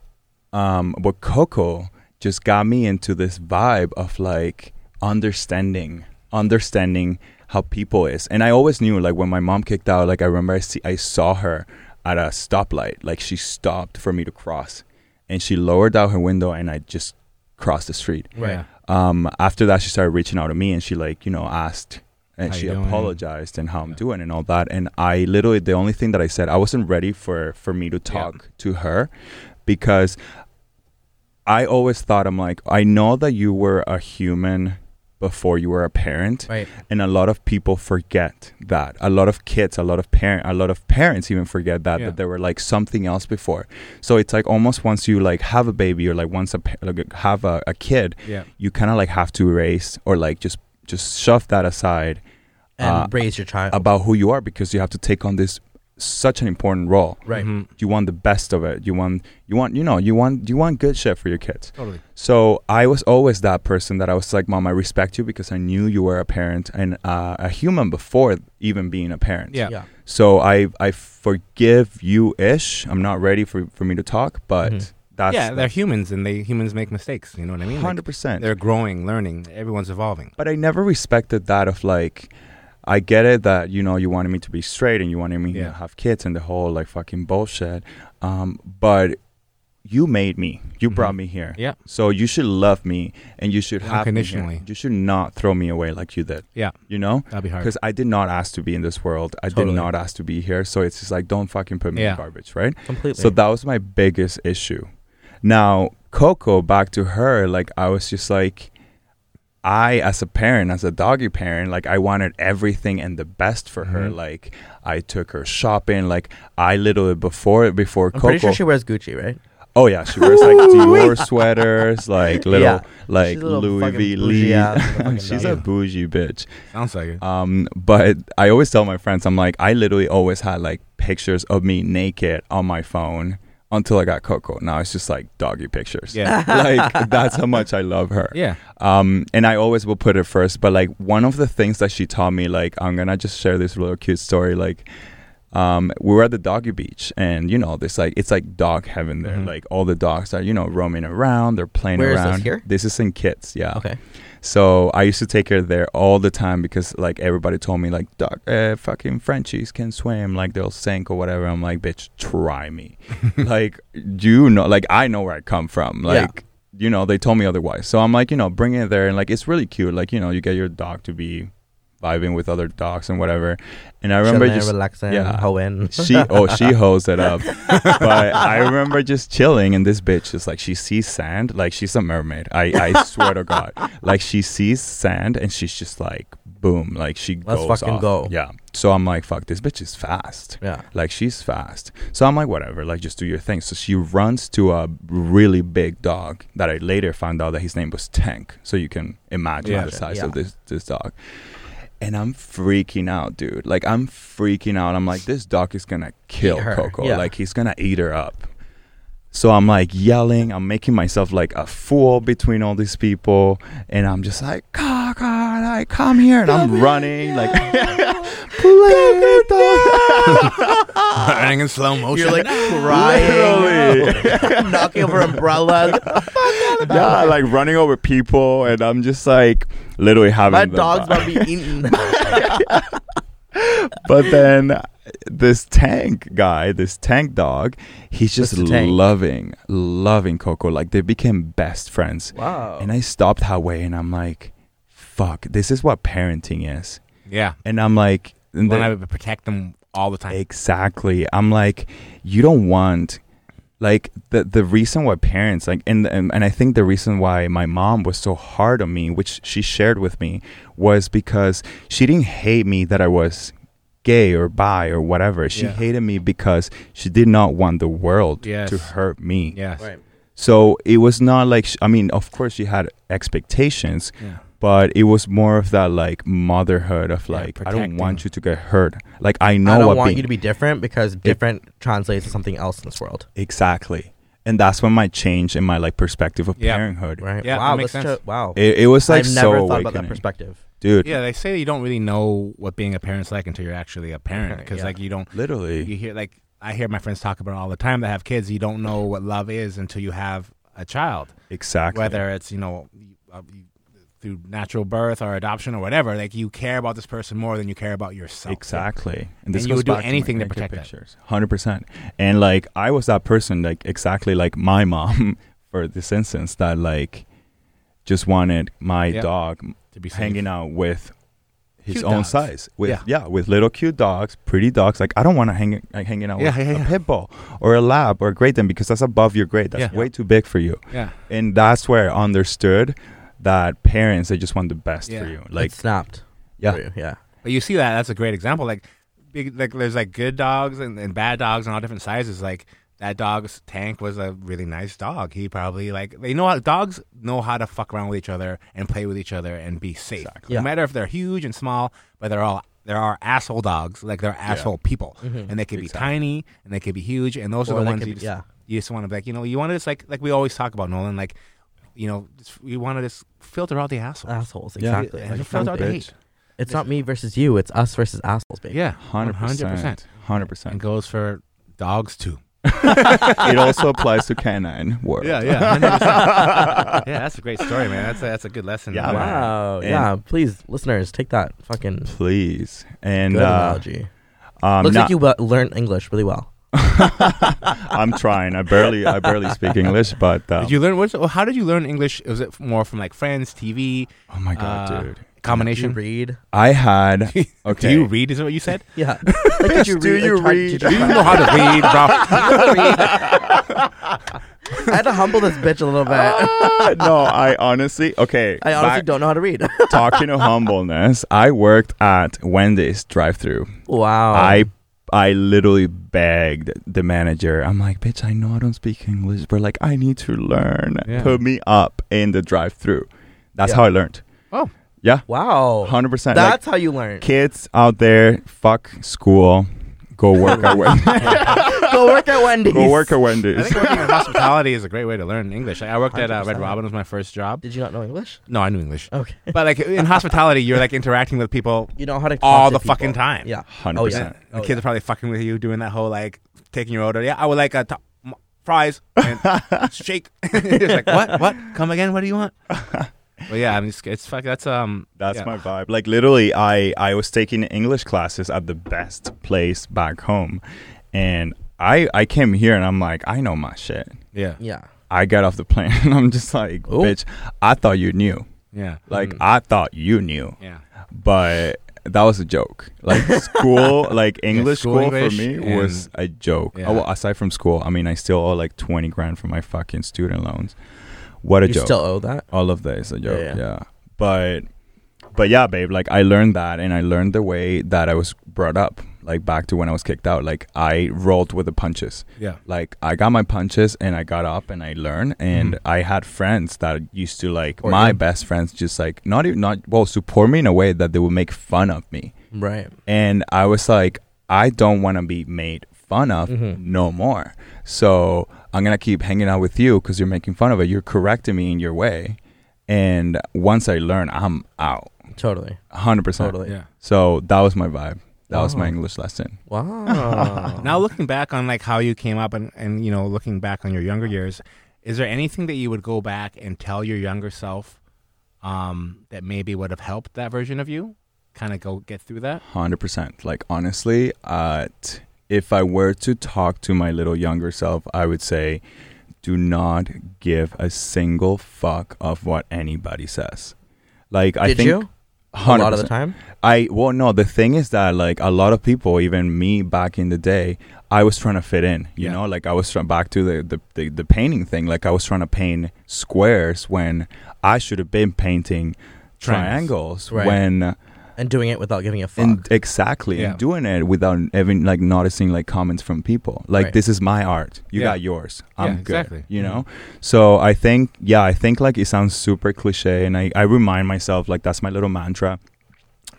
C: um, but Coco just got me into this vibe of like understanding, understanding how people is. And I always knew like when my mom kicked out, like I remember I see I saw her at a stoplight. Like she stopped for me to cross, and she lowered down her window, and I just crossed the street
A: Right.
B: Yeah.
C: um, after that she started reaching out to me and she like you know asked and
B: How
C: she
B: you doing?
C: apologized and how i'm doing and all that and i literally the only thing that i said i wasn't ready for for me to talk to her because i always thought i'm like i know that you were a human before you were a parent
A: Right.
C: and a lot of people forget that a lot of kids a lot of parent a lot of parents even forget that
B: Yeah.
C: that they were like something else before so it's like almost once you like have a baby or like once a pa- like have a, a kid
B: Yeah.
C: you kind of like have to erase or like just just shove that aside
A: and
C: uh,
A: raise your child.
C: about who you are because you have to take on this such an important role
A: right.
B: Mhm.
C: you want the best of it you want you want you know you want you want good shit for your kids
B: Totally.
C: so I was always that person that I was like, Mom, I respect you because I knew you were a parent and uh, a human before even being a parent.
B: Yeah.
A: Yeah.
C: So I I forgive you ish. I'm not ready for, for me to talk, but
A: Mhm.
C: that's
B: Mm-hmm. yeah, they're humans and they humans make mistakes. You know what I mean? Like,
C: hundred percent.
B: they're growing, learning. Everyone's evolving.
C: But I never respected that of like, I get it that you know you wanted me to be straight and you wanted me
B: Yeah.
C: to have kids and the whole like fucking bullshit. Um, but you made me. You brought
B: Mhm.
C: me here.
B: Yeah.
C: So you should love me and you should have me
B: Unconditionally.
C: here. You should not throw me away like you did.
B: Yeah.
C: You know,
B: That'd be hard.
C: because I did not ask to be in this world. I
B: Totally.
C: did not ask to be here. So it's just like don't fucking put me
B: Yeah.
C: in garbage, right?
A: Completely.
C: So that was my biggest issue. Now, Coco, back to her, like I was just like, I as a parent, as a doggy parent, like I wanted everything and the best for her.
A: Mm-hmm.
B: Mhm.
C: Like I took her shopping, like I literally before before
A: I'm
C: Coco.
A: pretty sure she wears Gucci, right?
C: oh yeah, she wears like Dior sweaters, like little
A: Yeah.
C: like
A: She's a little
C: Louis
A: fucking
C: V.
A: bougie ass
C: Lee.
A: motherfucking
C: She's
A: dog.
C: a bougie bitch.
B: Sounds like it.
C: Um, but I always tell my friends, I'm like, I literally always had like pictures of me naked on my phone until I got Coco. Now it's just like doggy pictures.
B: Yeah.
C: like that's how much I love her.
B: yeah.
C: Um, and I always will put it first. But like one of the things that she taught me, like I'm gonna just share this little cute story. Like, um, we were at the doggy beach, and you know, this like it's like dog heaven there.
B: Mhm.
C: Like all the dogs are you know roaming around, they're playing
A: Mm-hmm. Where is this,
C: around.
A: here?
C: this is in Kits, yeah.
A: Okay.
C: So I used to take her there all the time because like everybody told me like dog uh, fucking Frenchies can swim like they'll sink or whatever. I'm like bitch, try me. like you know, like I know where I come from.
A: Yeah.
C: Like you know, they told me otherwise. So I'm like you know, bring it there and like it's really cute. Like you know, you get your dog to be vibing with other dogs and whatever. And I remember
A: Chilling,
C: just
A: relaxing,
C: yeah.
A: hoeing.
C: she oh she hosed it up but i remember just chilling and this bitch is like she sees sand like she's a mermaid i i swear to god like she sees sand and she's just like boom like she
A: Let's
C: goes
A: fucking
C: off.
A: go.
C: yeah so i'm like fuck this bitch is fast
A: Yeah.
C: like she's fast so i'm like whatever like just do your thing so she runs to a really big dog that i later found out that his name was tank so you can imagine
B: Yeah.
C: the size
A: Yeah.
C: of this this dog and i'm freaking out dude like i'm freaking out i'm like this dog is gonna kill
A: Eat her.
C: coco
A: Yeah.
C: like he's gonna eat her up so I'm like yelling, I'm making myself like a fool between all these people, and I'm just like, God, God, like come here, and I'm running, like, please, dog.
B: Running in slow motion.
A: You're like crying, knocking over umbrellas.
C: yeah, like running over people, and I'm just like literally having
A: My
C: the
A: dog's
C: vi-
A: about to be eaten.
C: But then this tank guy, this tank dog, he's just
A: Mr. Tank.
C: loving, loving Coco. Like they became best friends.
A: wow.
C: And I stopped halfway, and I'm like, fuck, this is what parenting is.
B: yeah.
C: And I'm like, and
B: Then
C: then-
B: I would protect them all the time.
C: Exactly. I'm like, you don't want like the the reason why parents like and, and and I think the reason why my mom was so hard on me, which she shared with me, was because she didn't hate me that I was gay or bi or whatever. She
B: Yeah.
C: hated me because she did not want the world
B: Yes.
C: to hurt me.
B: yes.
A: Right.
C: So it was not like sh I mean, of course she had expectations,
B: Yeah.
C: but it was more of that like motherhood of
B: Yeah,
C: like I
B: protecting.
C: don't want you to get hurt. Like I know
A: I
C: what
A: don't want
C: being-
A: you to be different because different translates to something else in this world.
C: Exactly. And that's when my change in my like perspective of
B: Yeah.
C: parenthood.
A: Right.
B: Yeah,
A: wow.
B: that makes
A: that's
B: sense.
A: ju- wow.
C: It, it was like
A: I've
C: so
A: never thought
C: awakening.
A: about that perspective.
C: dude.
B: Yeah, they say you don't really know what being a parent's like until you're actually a parent because
A: Yeah.
B: like you don't you
C: Literally.
B: hear like I hear my friends talk about it all the time that have kids. You don't know what love is until you have a child,
C: Exactly.
B: whether it's you know you- uh, you- through natural birth or adoption or whatever. Like you care about this person more than you care about yourself.
C: Exactly.
B: And you would do
C: back my
B: anything to
C: naked
B: protect that.
C: pictures. Hundred percent. And like I was that person, like exactly like my mom for this instance, that like just wanted my
B: Yeah.
C: dog
B: to be safe.
C: hanging out with his
B: Cute
C: own
B: dogs.
C: size. With
B: Yeah.
C: yeah. with little cute dogs, pretty dogs. Like I don't want to hang like hanging out
B: Yeah,
C: with
B: yeah,
C: a
B: yeah.
C: pit bull or a lab or a great dam because that's above your grade. That's
B: Yeah.
C: way too big for you.
B: Yeah,
C: and that's where I understood that parents they just want the best
B: Yeah.
C: for you. Like
A: it snapped.
C: Yeah.
A: for you, yeah.
B: But you see that that's a great example. Like, big, like there's like good dogs and, and bad dogs and all different sizes. Like that dog's tank was a really nice dog. He probably like they know how dogs know how to fuck around with each other and play with each other and be safe.
A: Yeah.
B: No matter if they're huge and small, but they're all there are asshole dogs. Like they're asshole people, and they could be tiny and they could be huge. And those
A: Mm-hmm. Or
B: are the
A: they
B: ones
A: could
B: you
A: be-
B: just
A: yeah.
B: you just want to be like you know you want to just like like we always talk about Nolan like you know just, you want to just filter out the assholes.
A: Assholes,
C: Yeah.
A: exactly.
B: And
A: Like,
B: filter out the
A: bitch.
B: hate.
A: It's not me versus you. It's us versus assholes, baby.
B: Yeah,
C: hundred percent, hundred
B: And
C: percent.
B: goes for dogs too.
C: It also applies to canine world.
B: yeah, 100%. yeah. That's a great story, man. That's a, that's a good lesson.
C: Yeah, man.
A: Wow.
C: And-
A: yeah. Please, listeners, take that fucking
C: Please and
A: good
C: uh,
A: analogy.
C: um,
A: Looks
C: not-
A: like you uh, learned English really well.
C: I'm trying. I barely I barely speak English, but um,
B: Did you learn? What's, oh, how did you learn English? Was it more from like friends, TV,
C: oh my god,
B: uh,
C: dude!
A: Did you
B: combination?
A: read?
C: I had okay.
B: Do you read? Is that what you said?
A: Yeah. Like, did you
C: Do
A: read?
C: you
A: like, how-
C: read?
A: did
B: Do you
A: you-
B: know how to read, bro?
A: I had to humble this bitch a little bit.
C: Ah, no, I honestly okay.
A: I honestly
C: back-
A: don't know how to read.
C: talking of humbleness, I worked at Wendy's drive-through.
A: wow.
C: I I literally begged the manager. I'm like, bitch, I know I don't speak English, but like I need to learn.
B: Yeah.
C: Put me up in the drive through. That's
A: Yeah.
C: how I learned.
B: Oh.
C: Yeah.
A: wow.
C: Hundred percent. Like
A: That's how you learn.
C: kids out there, fuck school. Go work at Wendy's.
A: Go work at Wendy's.
C: Go work at
B: I
C: Wendy's.
B: think working in hospitality is a great way to learn English. Like, I worked at uh, Red
A: 100%.
B: Robin was my first job.
A: Did you not know English?
B: No, I knew English,
A: Okay.
B: but like in hospitality, you're like interacting with people
A: You know how to talk
B: all
A: to
B: the fucking
A: people.
B: time.
A: Yeah.
C: Hundred
A: Oh, yeah.
C: percent.
B: The
A: Oh,
B: kids
A: yeah.
B: are probably fucking with you, doing that whole like taking your order. Yeah, I would like a top, m- fries and shake. it's like what? What? Come again? What do you want? but yeah, I'm just it's fuck. That's um.
C: That's
B: yeah.
C: my vibe. Like literally, I I was taking English classes at the best place back home, and I I came here and I'm like, I know my shit.
B: yeah
A: Yeah.
C: I got off the plane and I'm just like,
A: Oh.
C: bitch, I thought you knew.
B: yeah
C: Like
A: Mm.
C: I thought you knew,
B: yeah.
C: but that was a joke. Like school, like English
B: school
C: school,
B: English
C: for me was a joke.
B: Yeah.
C: Oh, well, aside from school, I mean, I still owe like twenty grand for my fucking student loans. What a
A: You
C: joke!
A: still owe that?
C: All of that is a joke.
A: yeah.
C: Yeah, but but yeah, babe. Like I learned that, and I learned the way that I was brought up. Like back to when I was kicked out. Like I rolled with the punches
B: Yeah.
C: like I got my punches and I got up and I learned and
B: Mhm.
C: I had friends that used to like
A: Or
C: my
A: you.
C: best friends just like not even not well support me in a way that they would make fun of me
A: Right.
C: and I was like I don't want to be made fun of
A: Mhm.
C: no more so I'm gonna keep hanging out with you because you're making fun of it you're correcting me in your way and once I learn I'm out
A: Totally.
C: 100 percent
A: Totally. Oh.
B: Yeah.
C: so that was my vibe that was
A: Wow.
C: my English lesson
A: Wow.
B: Now looking back on like how you came up and and you know looking back on your younger years, is there anything that you would go back and tell your younger self, um, that maybe would have helped that version of you, kind of go get through that?
C: Hundred percent. Like honestly, uh, t- if I were to talk to my little younger self, I would say, do not give a single fuck of what anybody says. Like I
A: Did
C: think
A: you? A
C: 100%.
A: lot of the time?
C: I well no, the thing is that like a lot of people, even me back in the day, I was trying to fit in. You
B: Yeah.
C: know, like I was trying back to the, the, the, the painting thing, like I was trying to paint squares when I should have been painting
B: Triangles.
C: triangles
A: Right.
C: when
A: And doing it without giving a fuck.
C: and exactly
B: Yeah.
C: and doing it without even like noticing like comments from people like
A: Right.
C: this is my art you
B: Yeah.
C: got yours i'm
B: Yeah,
C: good
B: exactly. Mm-hmm.
C: you know so i think yeah i think like it sounds super cliche and i, I remind myself like that's my little mantra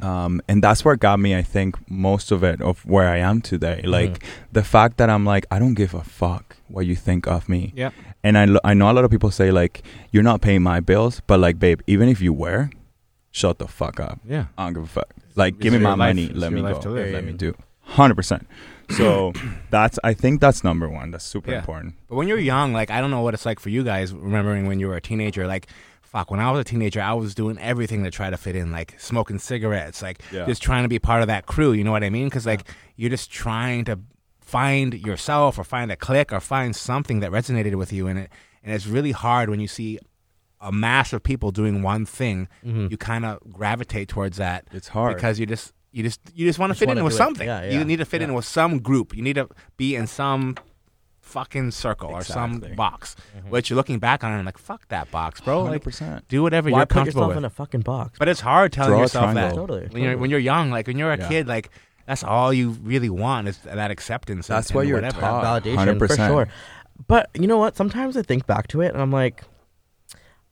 C: um, and that's what got me i think most of it of where i am today
B: Mm-hmm.
C: like the fact that i'm like i don't give a fuck what you think of me
B: Yeah.
C: and I, lo- I know a lot of people say like you're not paying my bills but like babe even if you were shut the fuck up
B: Yeah.
C: I don't give a fuck. Like, give me
B: your
C: my
B: life.
C: money.
B: It's
C: Let
B: your
C: me
B: life
C: go.
B: to live.
C: Let me do. Hundred percent. So that's. I think that's number one. That's super
B: Yeah.
C: important.
B: But when you're young, like I don't know what it's like for you guys remembering when you were a teenager. Like, fuck, when I was a teenager, I was doing everything to try to fit in, like smoking cigarettes, like
C: Yeah.
B: just trying to be part of that crew. You know what I mean? Because like you're just trying to find yourself or find a clique or find something that resonated with you in it. And it's really hard when you see a mass of people doing one thing. You kind of gravitate towards that
C: It's hard.
B: because you just. You just you just want to
A: Just
B: fit in
A: wanna
B: with
A: do it.
B: something.
A: Yeah,
B: You
A: yeah,
B: need to fit
A: yeah.
B: in with some group. You need to be in some fucking circle or
C: Exactly. Mm-hmm.
B: some box, which you're looking back on and like, fuck that box, bro. Like,
C: 100%.
B: do whatever
A: Why
B: you're
A: put
B: comfortable
A: yourself
B: with.
A: in a fucking box?
B: but it's hard telling
C: Draw a
B: yourself that.
C: triangle.
A: Totally.
B: When you're, when you're young, like when you're a
C: Yeah.
B: kid, like that's all you really want is that acceptance. and-
C: That's what
B: and
C: you're
B: whatever.
C: taught.
A: validation for
C: 100%.
A: sure. But you know what? Sometimes I think back to it and I'm like,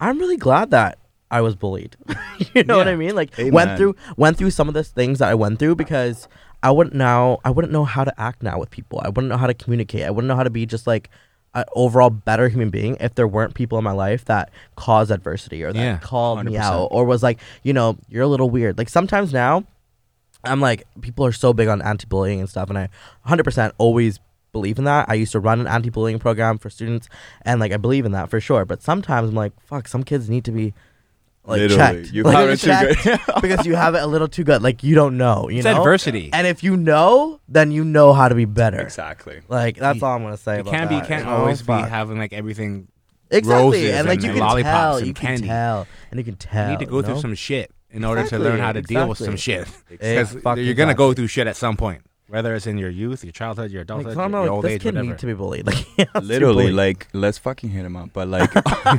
A: I'm really glad that I was bullied. you know what
B: Yeah.
A: I mean? Like
C: Amen.
A: went through went through some of the things that I went through because I wouldn't now I wouldn't know how to act now with people. I wouldn't know how to communicate. I wouldn't know how to be just like an overall better human being if there weren't people in my life that caused adversity or that
B: Yeah,
A: called me
C: 100%.
A: out or was like, you know, you're a little weird. Like sometimes now I'm like, people are so big on anti bullying and stuff, and I 100% always believe in that. I used to run an anti bullying program for students, and like, I believe in that for sure. But sometimes I'm like, fuck, some kids need to be like
C: Literally,
A: checked.
C: you
A: Like,
C: have it too good.
A: checked because you have it a little too good. Like, you don't know, you
B: It's
A: know? eh,
B: adversity.
A: And if you know, then you know how to be better.
C: Exactly.
A: Like, that's all I'm going to say
B: You
A: about
B: can't be,
A: that.
B: you can't
A: know?
B: always be
A: Fuck.
B: having like everything.
A: Exactly.
B: roses
A: And like,
B: and
A: you
B: like
A: can
B: lollipops
A: tell.
B: and
A: You can
B: candy.
A: tell. And you can tell.
B: You need to go
A: you
B: through
A: know?
B: some shit in order
A: Exactly,
B: to learn how to deal with some
A: exactly. Eh,
B: shit. Because
A: Exactly.
B: you're gonna go through shit at some point, whether it's in your youth, your childhood, your
A: Like,
B: adulthood,
A: so I'm
B: your,
A: not
B: your
A: like,
B: old
A: this
B: age,
A: kid
B: whatever.
A: needs to be bullied. Like, he has to be
C: Literally,
A: bullied.
C: like let's fucking hit him up. But like,
B: well,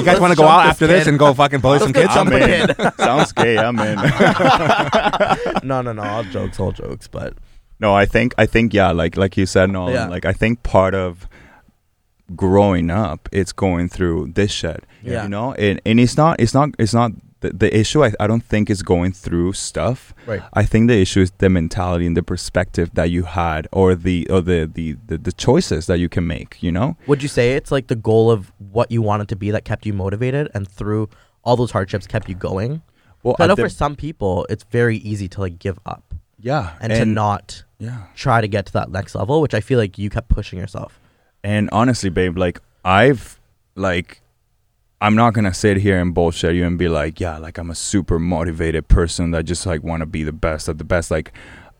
B: you guys want to go out after this and go fucking bully some kids?
C: I'm in. Sounds gay. I'm in.
A: no, no, no. All jokes, all jokes. But
C: No, I think I think yeah, like like you said, Nolan.
A: Yeah.
C: Like I think part of growing up, it's going through this shit.
A: Yeah.
C: You know, and and it's not it's not it's not the, the issue. I, I don't think is going through stuff.
A: Right.
C: I think the issue is the mentality and the perspective that you had, or the or the the the, the choices that you can make. You know.
A: would you say it's like the goal of what you wanted to be that kept you motivated and through all those hardships kept you going?
C: Well,
A: 'Cause I
C: at
A: know
C: the-
A: for some people, it's very easy to like give up
C: yeah,
A: and, to not
C: yeah.
A: try to get to that next level, which I feel like you kept pushing yourself.
C: And honestly, babe, like I've like I'm not gonna sit here and bullshit you and be like, yeah, like I'm a super motivated person that just like wanna be the best at the best. Like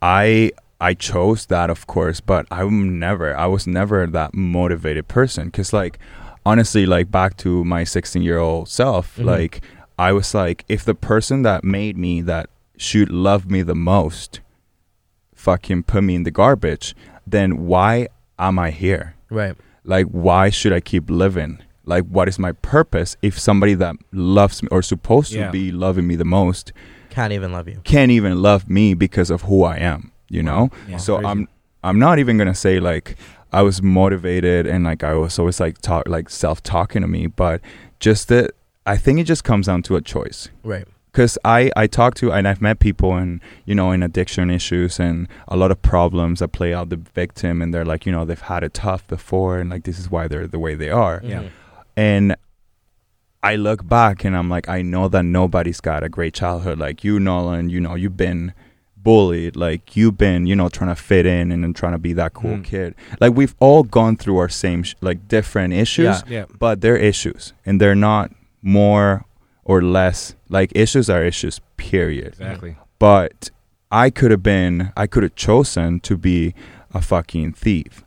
C: I I chose that of course, but I'm never I was never that motivated person. Cause like honestly, like back to my sixteen year old self, like I was like, if the person that made me that should love me the most fucking put me in the garbage, then why am I here?
A: Right.
C: like why should i keep living like what is my purpose if somebody that loves me or supposed
B: Yeah.
C: to be loving me the most
A: Can't even love you.
C: can't even love me because of who i am you know
B: Yeah, um,
C: so
B: crazy.
C: i'm i'm not even gonna say like i was motivated and like i was always like talk like self talking to me but just that i think it just comes down to a choice
A: Right.
C: because I, I talk to and I've met people and you know in addiction issues and a lot of problems that play out the victim and they're like you know they've had it tough before and like this is why they're the way they
A: Mm-hmm.
C: are
B: Yeah.
C: and I look back and I'm like I know that nobody's got a great childhood like you Nolan you know you've been bullied like you've been you know trying to fit in and, then trying to be that cool
B: Mm.
C: kid like we've all gone through our same sh- like different issues
A: Yeah.
B: Yeah.
C: but they're issues and they're not more or less like issues are issues period
B: Exactly.
C: but i could have been i could have chosen to be a fucking thief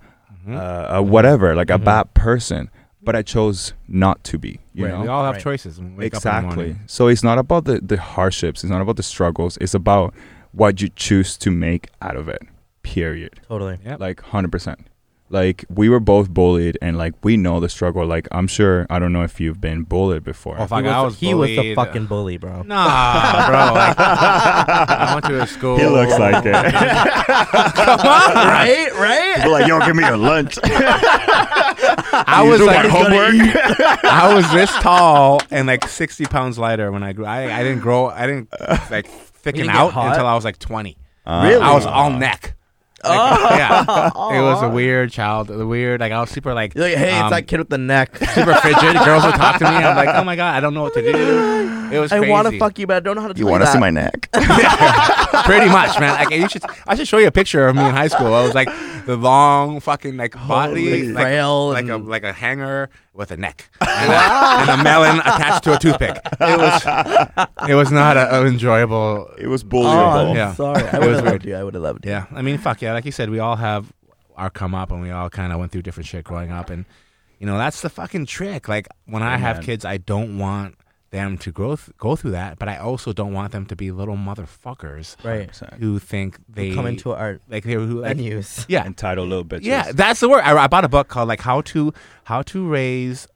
B: Mhm.
C: uh, a whatever like
B: Mm-hmm.
A: Mhm.
C: a bad person but i chose not to be you
B: Right,
C: know
B: we all have
A: Right.
B: choices. when we wake up in the
C: exactly
B: morning.
C: so it's not about the, the hardships it's not about the struggles it's about what you choose to make out of it period
A: Totally.
B: Yep.
C: like 100% like we were both bullied and like we know the struggle like i'm sure i don't know if you've been bullied before
B: Oh, fuck,
A: he was,
B: I
A: the-
B: was
A: he was the
B: bullied.
A: fucking bully, bro.
B: Nah, bro. Like, I went to a school.
C: he looks like it
A: right? Right?
C: like yo give me your lunch
B: I was like I was this tall and like sixty pounds lighter when I grew. I, I didn't grow. I didn't like thicken
A: didn't get
B: out
A: hot?
B: until I was like twenty.
C: Uh,
A: Really?
B: I was all neck. Like,
A: Oh.
B: yeah, it was a weird child. The weird, like I was super like,
A: You're like, hey,
B: um,
A: it's that kid with the neck.
B: super fidget. Girls would talk to me. and I'm like, oh my god, I don't know what to do. It was.
A: I
B: Crazy.
A: want to fuck you, but I don't know how to do that.
C: neck
B: pretty much, man. Like you should, I should show you a picture of me in high school. I was like the long fucking like body,
A: Holy
B: like,
A: frail
B: like a
A: and-
B: like a hanger with a neck and, a, and a melon attached to a toothpick. It was, it was not a, an enjoyable.
C: it was
A: Oh,
C: bullying
A: I'm
B: Yeah.
A: sorry. I would
B: It was
A: have loved
B: weird.
A: you. I would have loved you.
B: Yeah, I mean, fuck yeah. Like you said, we all have our come up, and we all kind of went through different shit growing up, and you know that's the fucking trick. Like when I have
C: Amen.
B: kids, I don't want them to go th- go through that, but I also don't want them to be little motherfuckers
A: Right.
B: who think they
A: Come into our
B: like they who like
A: venues.
B: yeah
C: Entitled little bitches.
B: yeah that's the word. I, I bought a book called like how to how to raise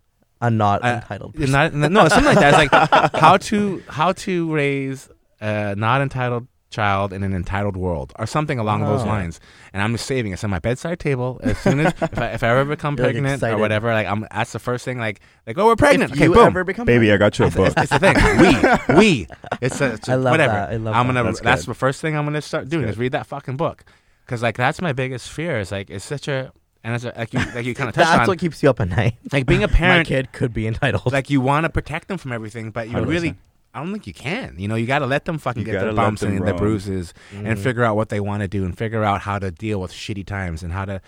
A: A not
B: uh,
A: entitled. person.
B: not, no something like that. It's like how to how to raise a not entitled child in an entitled world or something along those
A: Oh.
B: lines. And I'm just saving it. It's on my bedside table. As soon as if I, if I ever become
A: You're, like,
B: pregnant or
A: excited.
B: whatever, like I'm that's the first thing. Like like oh we're pregnant.
A: If
B: okay,
A: you
B: boom.
A: ever become
C: Baby, I got you a
B: It's,
C: book.
B: it's the thing. We, we. It's, a, it's a-
A: I love
B: whatever.
A: that. I love
B: I'm
A: that.
B: gonna. That's,
C: That's
B: the first thing I'm gonna start doing is read that fucking book, because like that's my biggest fear. Is like it's such a and it's a, like you like you kind of touched
A: that's
B: on
A: what keeps you up at night.
B: like being a
A: My
B: parent.
A: kid could be entitled.
B: Like you want to protect them from everything, but you
C: 100%.
B: really. I don't think you can. You know, you got to let them fucking
C: You
B: get
C: gotta
B: their
C: let
B: bumps
C: them
B: and their
C: roam.
B: bruises,
A: Mm.
B: and figure out what they want to do, and figure out how to deal with shitty times, and how to,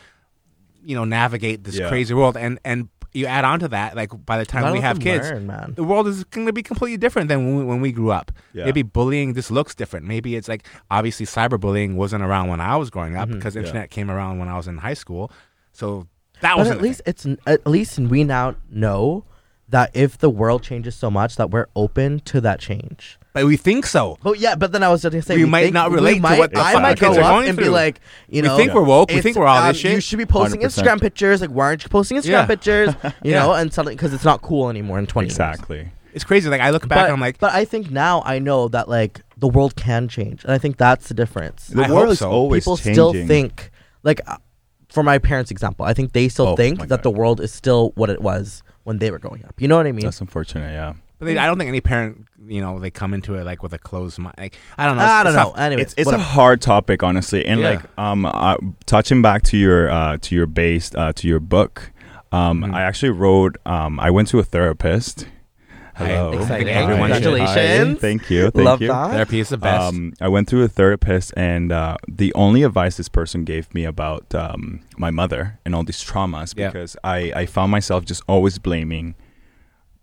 B: you know, navigate this
C: Yeah.
B: crazy world. And and you add on to that, like by
A: Gotta
B: the time we
A: let
B: have
A: them
B: kids,
A: learn, man.
B: the world is going to be completely different than when we, when we grew up.
C: Yeah.
B: Maybe bullying just looks different. Maybe it's like obviously cyberbullying wasn't around when I was growing up
A: Mm-hmm.
B: because internet came around when I was in high school. So that
A: But
B: was
A: at least it's at least we now know that if the world changes so much that we're open to that change.
B: but we think so.
A: But yeah, but then I was just gonna say
B: We might not relate to what the
A: I
B: fuck
A: might
B: kids
A: go
B: are
A: up
B: going
A: and be
B: through.
A: like, you
B: We
A: know,
B: think we're woke. We
A: it's, um,
B: think we're all this shit.
A: You should be posting
C: 100%.
A: Instagram pictures. Like, why aren't you posting Instagram
B: Yeah.
A: pictures? You
B: Yeah.
A: know, and suddenly because it's not cool anymore in twenty. years.
C: Exactly.
B: It's crazy. Like I look back
A: But,
B: and I'm like,
A: but I think now I know that like the world can change, and I think that's the difference.
C: The
B: I hope
C: world is
B: so.
C: always
A: People
C: changing.
A: still think like uh, for my parents' example, I think they still
C: Oh,
A: think
C: my
A: that
C: God.
A: the world is still what it was when they were growing up. You know what I mean?
C: That's unfortunate. Yeah.
B: but they, I don't think any parent, you know, they come into it like with a closed mind. Like I don't know.
A: I
B: It's-
A: don't
B: it's
A: know.
B: tough.
A: Anyway,
C: it's, it's a hard topic honestly and
B: Yeah.
C: like um uh, touching back to your uh to your base uh to your book um
A: Mm.
B: Mhm.
C: i actually wrote um i went to a therapist
B: Hi.
C: hello
A: Exciting.
C: Hi.
A: Congratulations.
C: Hi. thank you thank
A: love
C: you
A: that.
B: Therapy is the best.
C: um, I went to a therapist, and uh, the only advice this person gave me about um, my mother and all these traumas
B: Yeah.
C: because I, I found myself just always blaming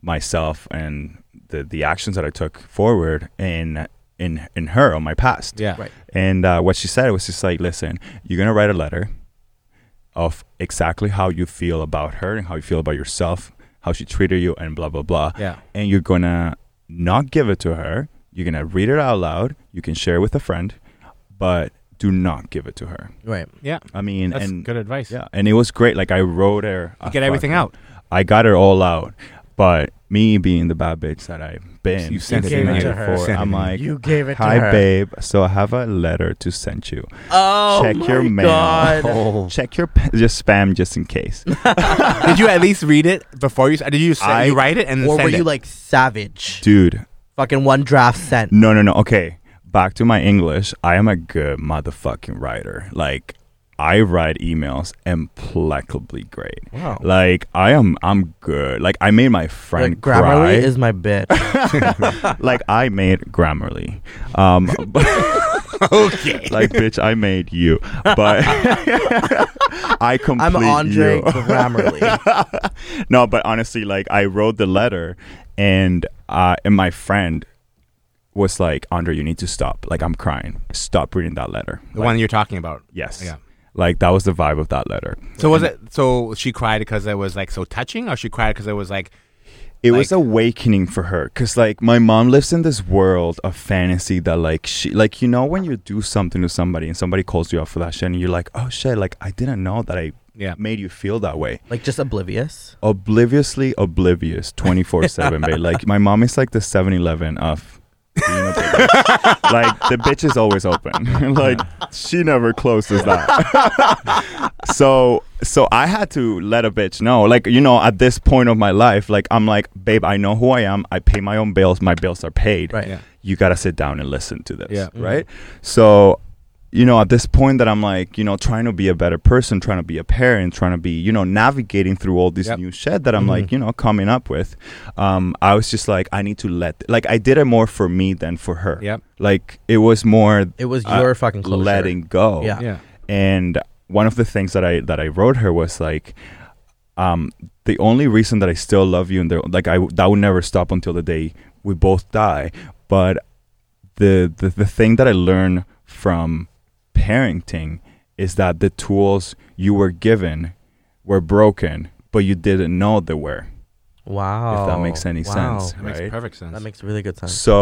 C: myself and the, the actions that I took forward in in in her on my past.
B: yeah.
A: Right.
C: And uh, what she said was just like, listen, you're going to write a letter of exactly how you feel about her and how you feel about yourself, how she treated you, and blah, blah, blah.
B: Yeah.
C: And you're going to not give it to her. You're going to read it out loud. You can share it with a friend, but do not give it to her.
A: right.
B: Yeah.
C: I mean,
B: That's
C: and
B: good advice.
C: yeah, and it was great. Like I wrote her. a
B: Get everything
C: fucking-
B: out.
C: I got her all out, but me being the bad bitch that I've been,
B: You sent
A: it in to
B: her.
C: before,
B: Sent it in.
C: I'm like,
A: You gave it to
C: Hi,
A: her.
C: babe. So I have a letter to send you.
A: Oh
C: Check
A: my
C: your mail. Oh.
A: God.
C: Check your p- just spam just in case.
B: did you at least read it before you? Did you, say,
C: I-
B: you write it and then
A: Or were
B: send
A: you
B: it?
A: like savage?
C: Dude,
A: Fucking one draft sent.
C: no, no, no. Okay, back to my English. I am a good motherfucking writer. Like, I write emails implacably great.
A: Wow.
C: Like, I am, I'm good. Like, I made my friend
A: Like, Grammarly
C: cry.
A: is my bitch.
C: like, I made Grammarly. Um, okay. Like, bitch, I made you. But I complete
A: I'm Andre
C: you.
A: Grammarly.
C: no, but honestly, like I wrote the letter, and uh, and my friend was like, Andre, you need to stop. Like I'm crying. Stop reading that letter.
B: the
C: Like,
B: one you're talking about.
C: Yes.
B: Yeah.
C: Like that was the vibe of that letter.
B: So was it? So she cried because it was like so touching, or she cried because it was like
C: It was
B: Like-
C: awakening for her because, like, my mom lives in this world of fantasy that, like, she, like, you know, when you do something to somebody and somebody calls you out for that shit, and you're like, oh shit, like, I didn't know that I
B: Yeah.
C: made you feel that way.
A: like just oblivious.
C: obliviously oblivious 24 7 babe like my mom is like the 7-eleven of being a big bitch. like the bitch is always open like she never closes that so so i had to let a bitch know like you know at this point of my life like i'm like babe i know who i am i pay my own bills my bills are paid
A: Right.
B: Yeah.
C: you gotta sit down and listen to this
B: Yeah.
C: right so you know at this point that i'm like you know trying to be a better person trying to be a parent trying to be you know navigating through all this
B: Yep. Mm-hmm.
C: new shit that i'm like you know coming up with um i was just like i need to let like i did it more for me than for her
B: Yep.
C: like it was more
A: It was
C: uh,
A: your fucking closure.
C: letting go
A: Yeah.
B: yeah.
C: and one of the things that I that I wrote her was like, um, the only reason that I still love you and the, like I that would never stop until the day we both die. But the the, the thing that I learned from parenting is that the tools you were given were broken, but you didn't know they were.
A: Wow.
C: if that makes any
A: Wow.
C: sense,
B: That makes
C: right?
B: perfect sense.
A: That makes really good sense.
C: So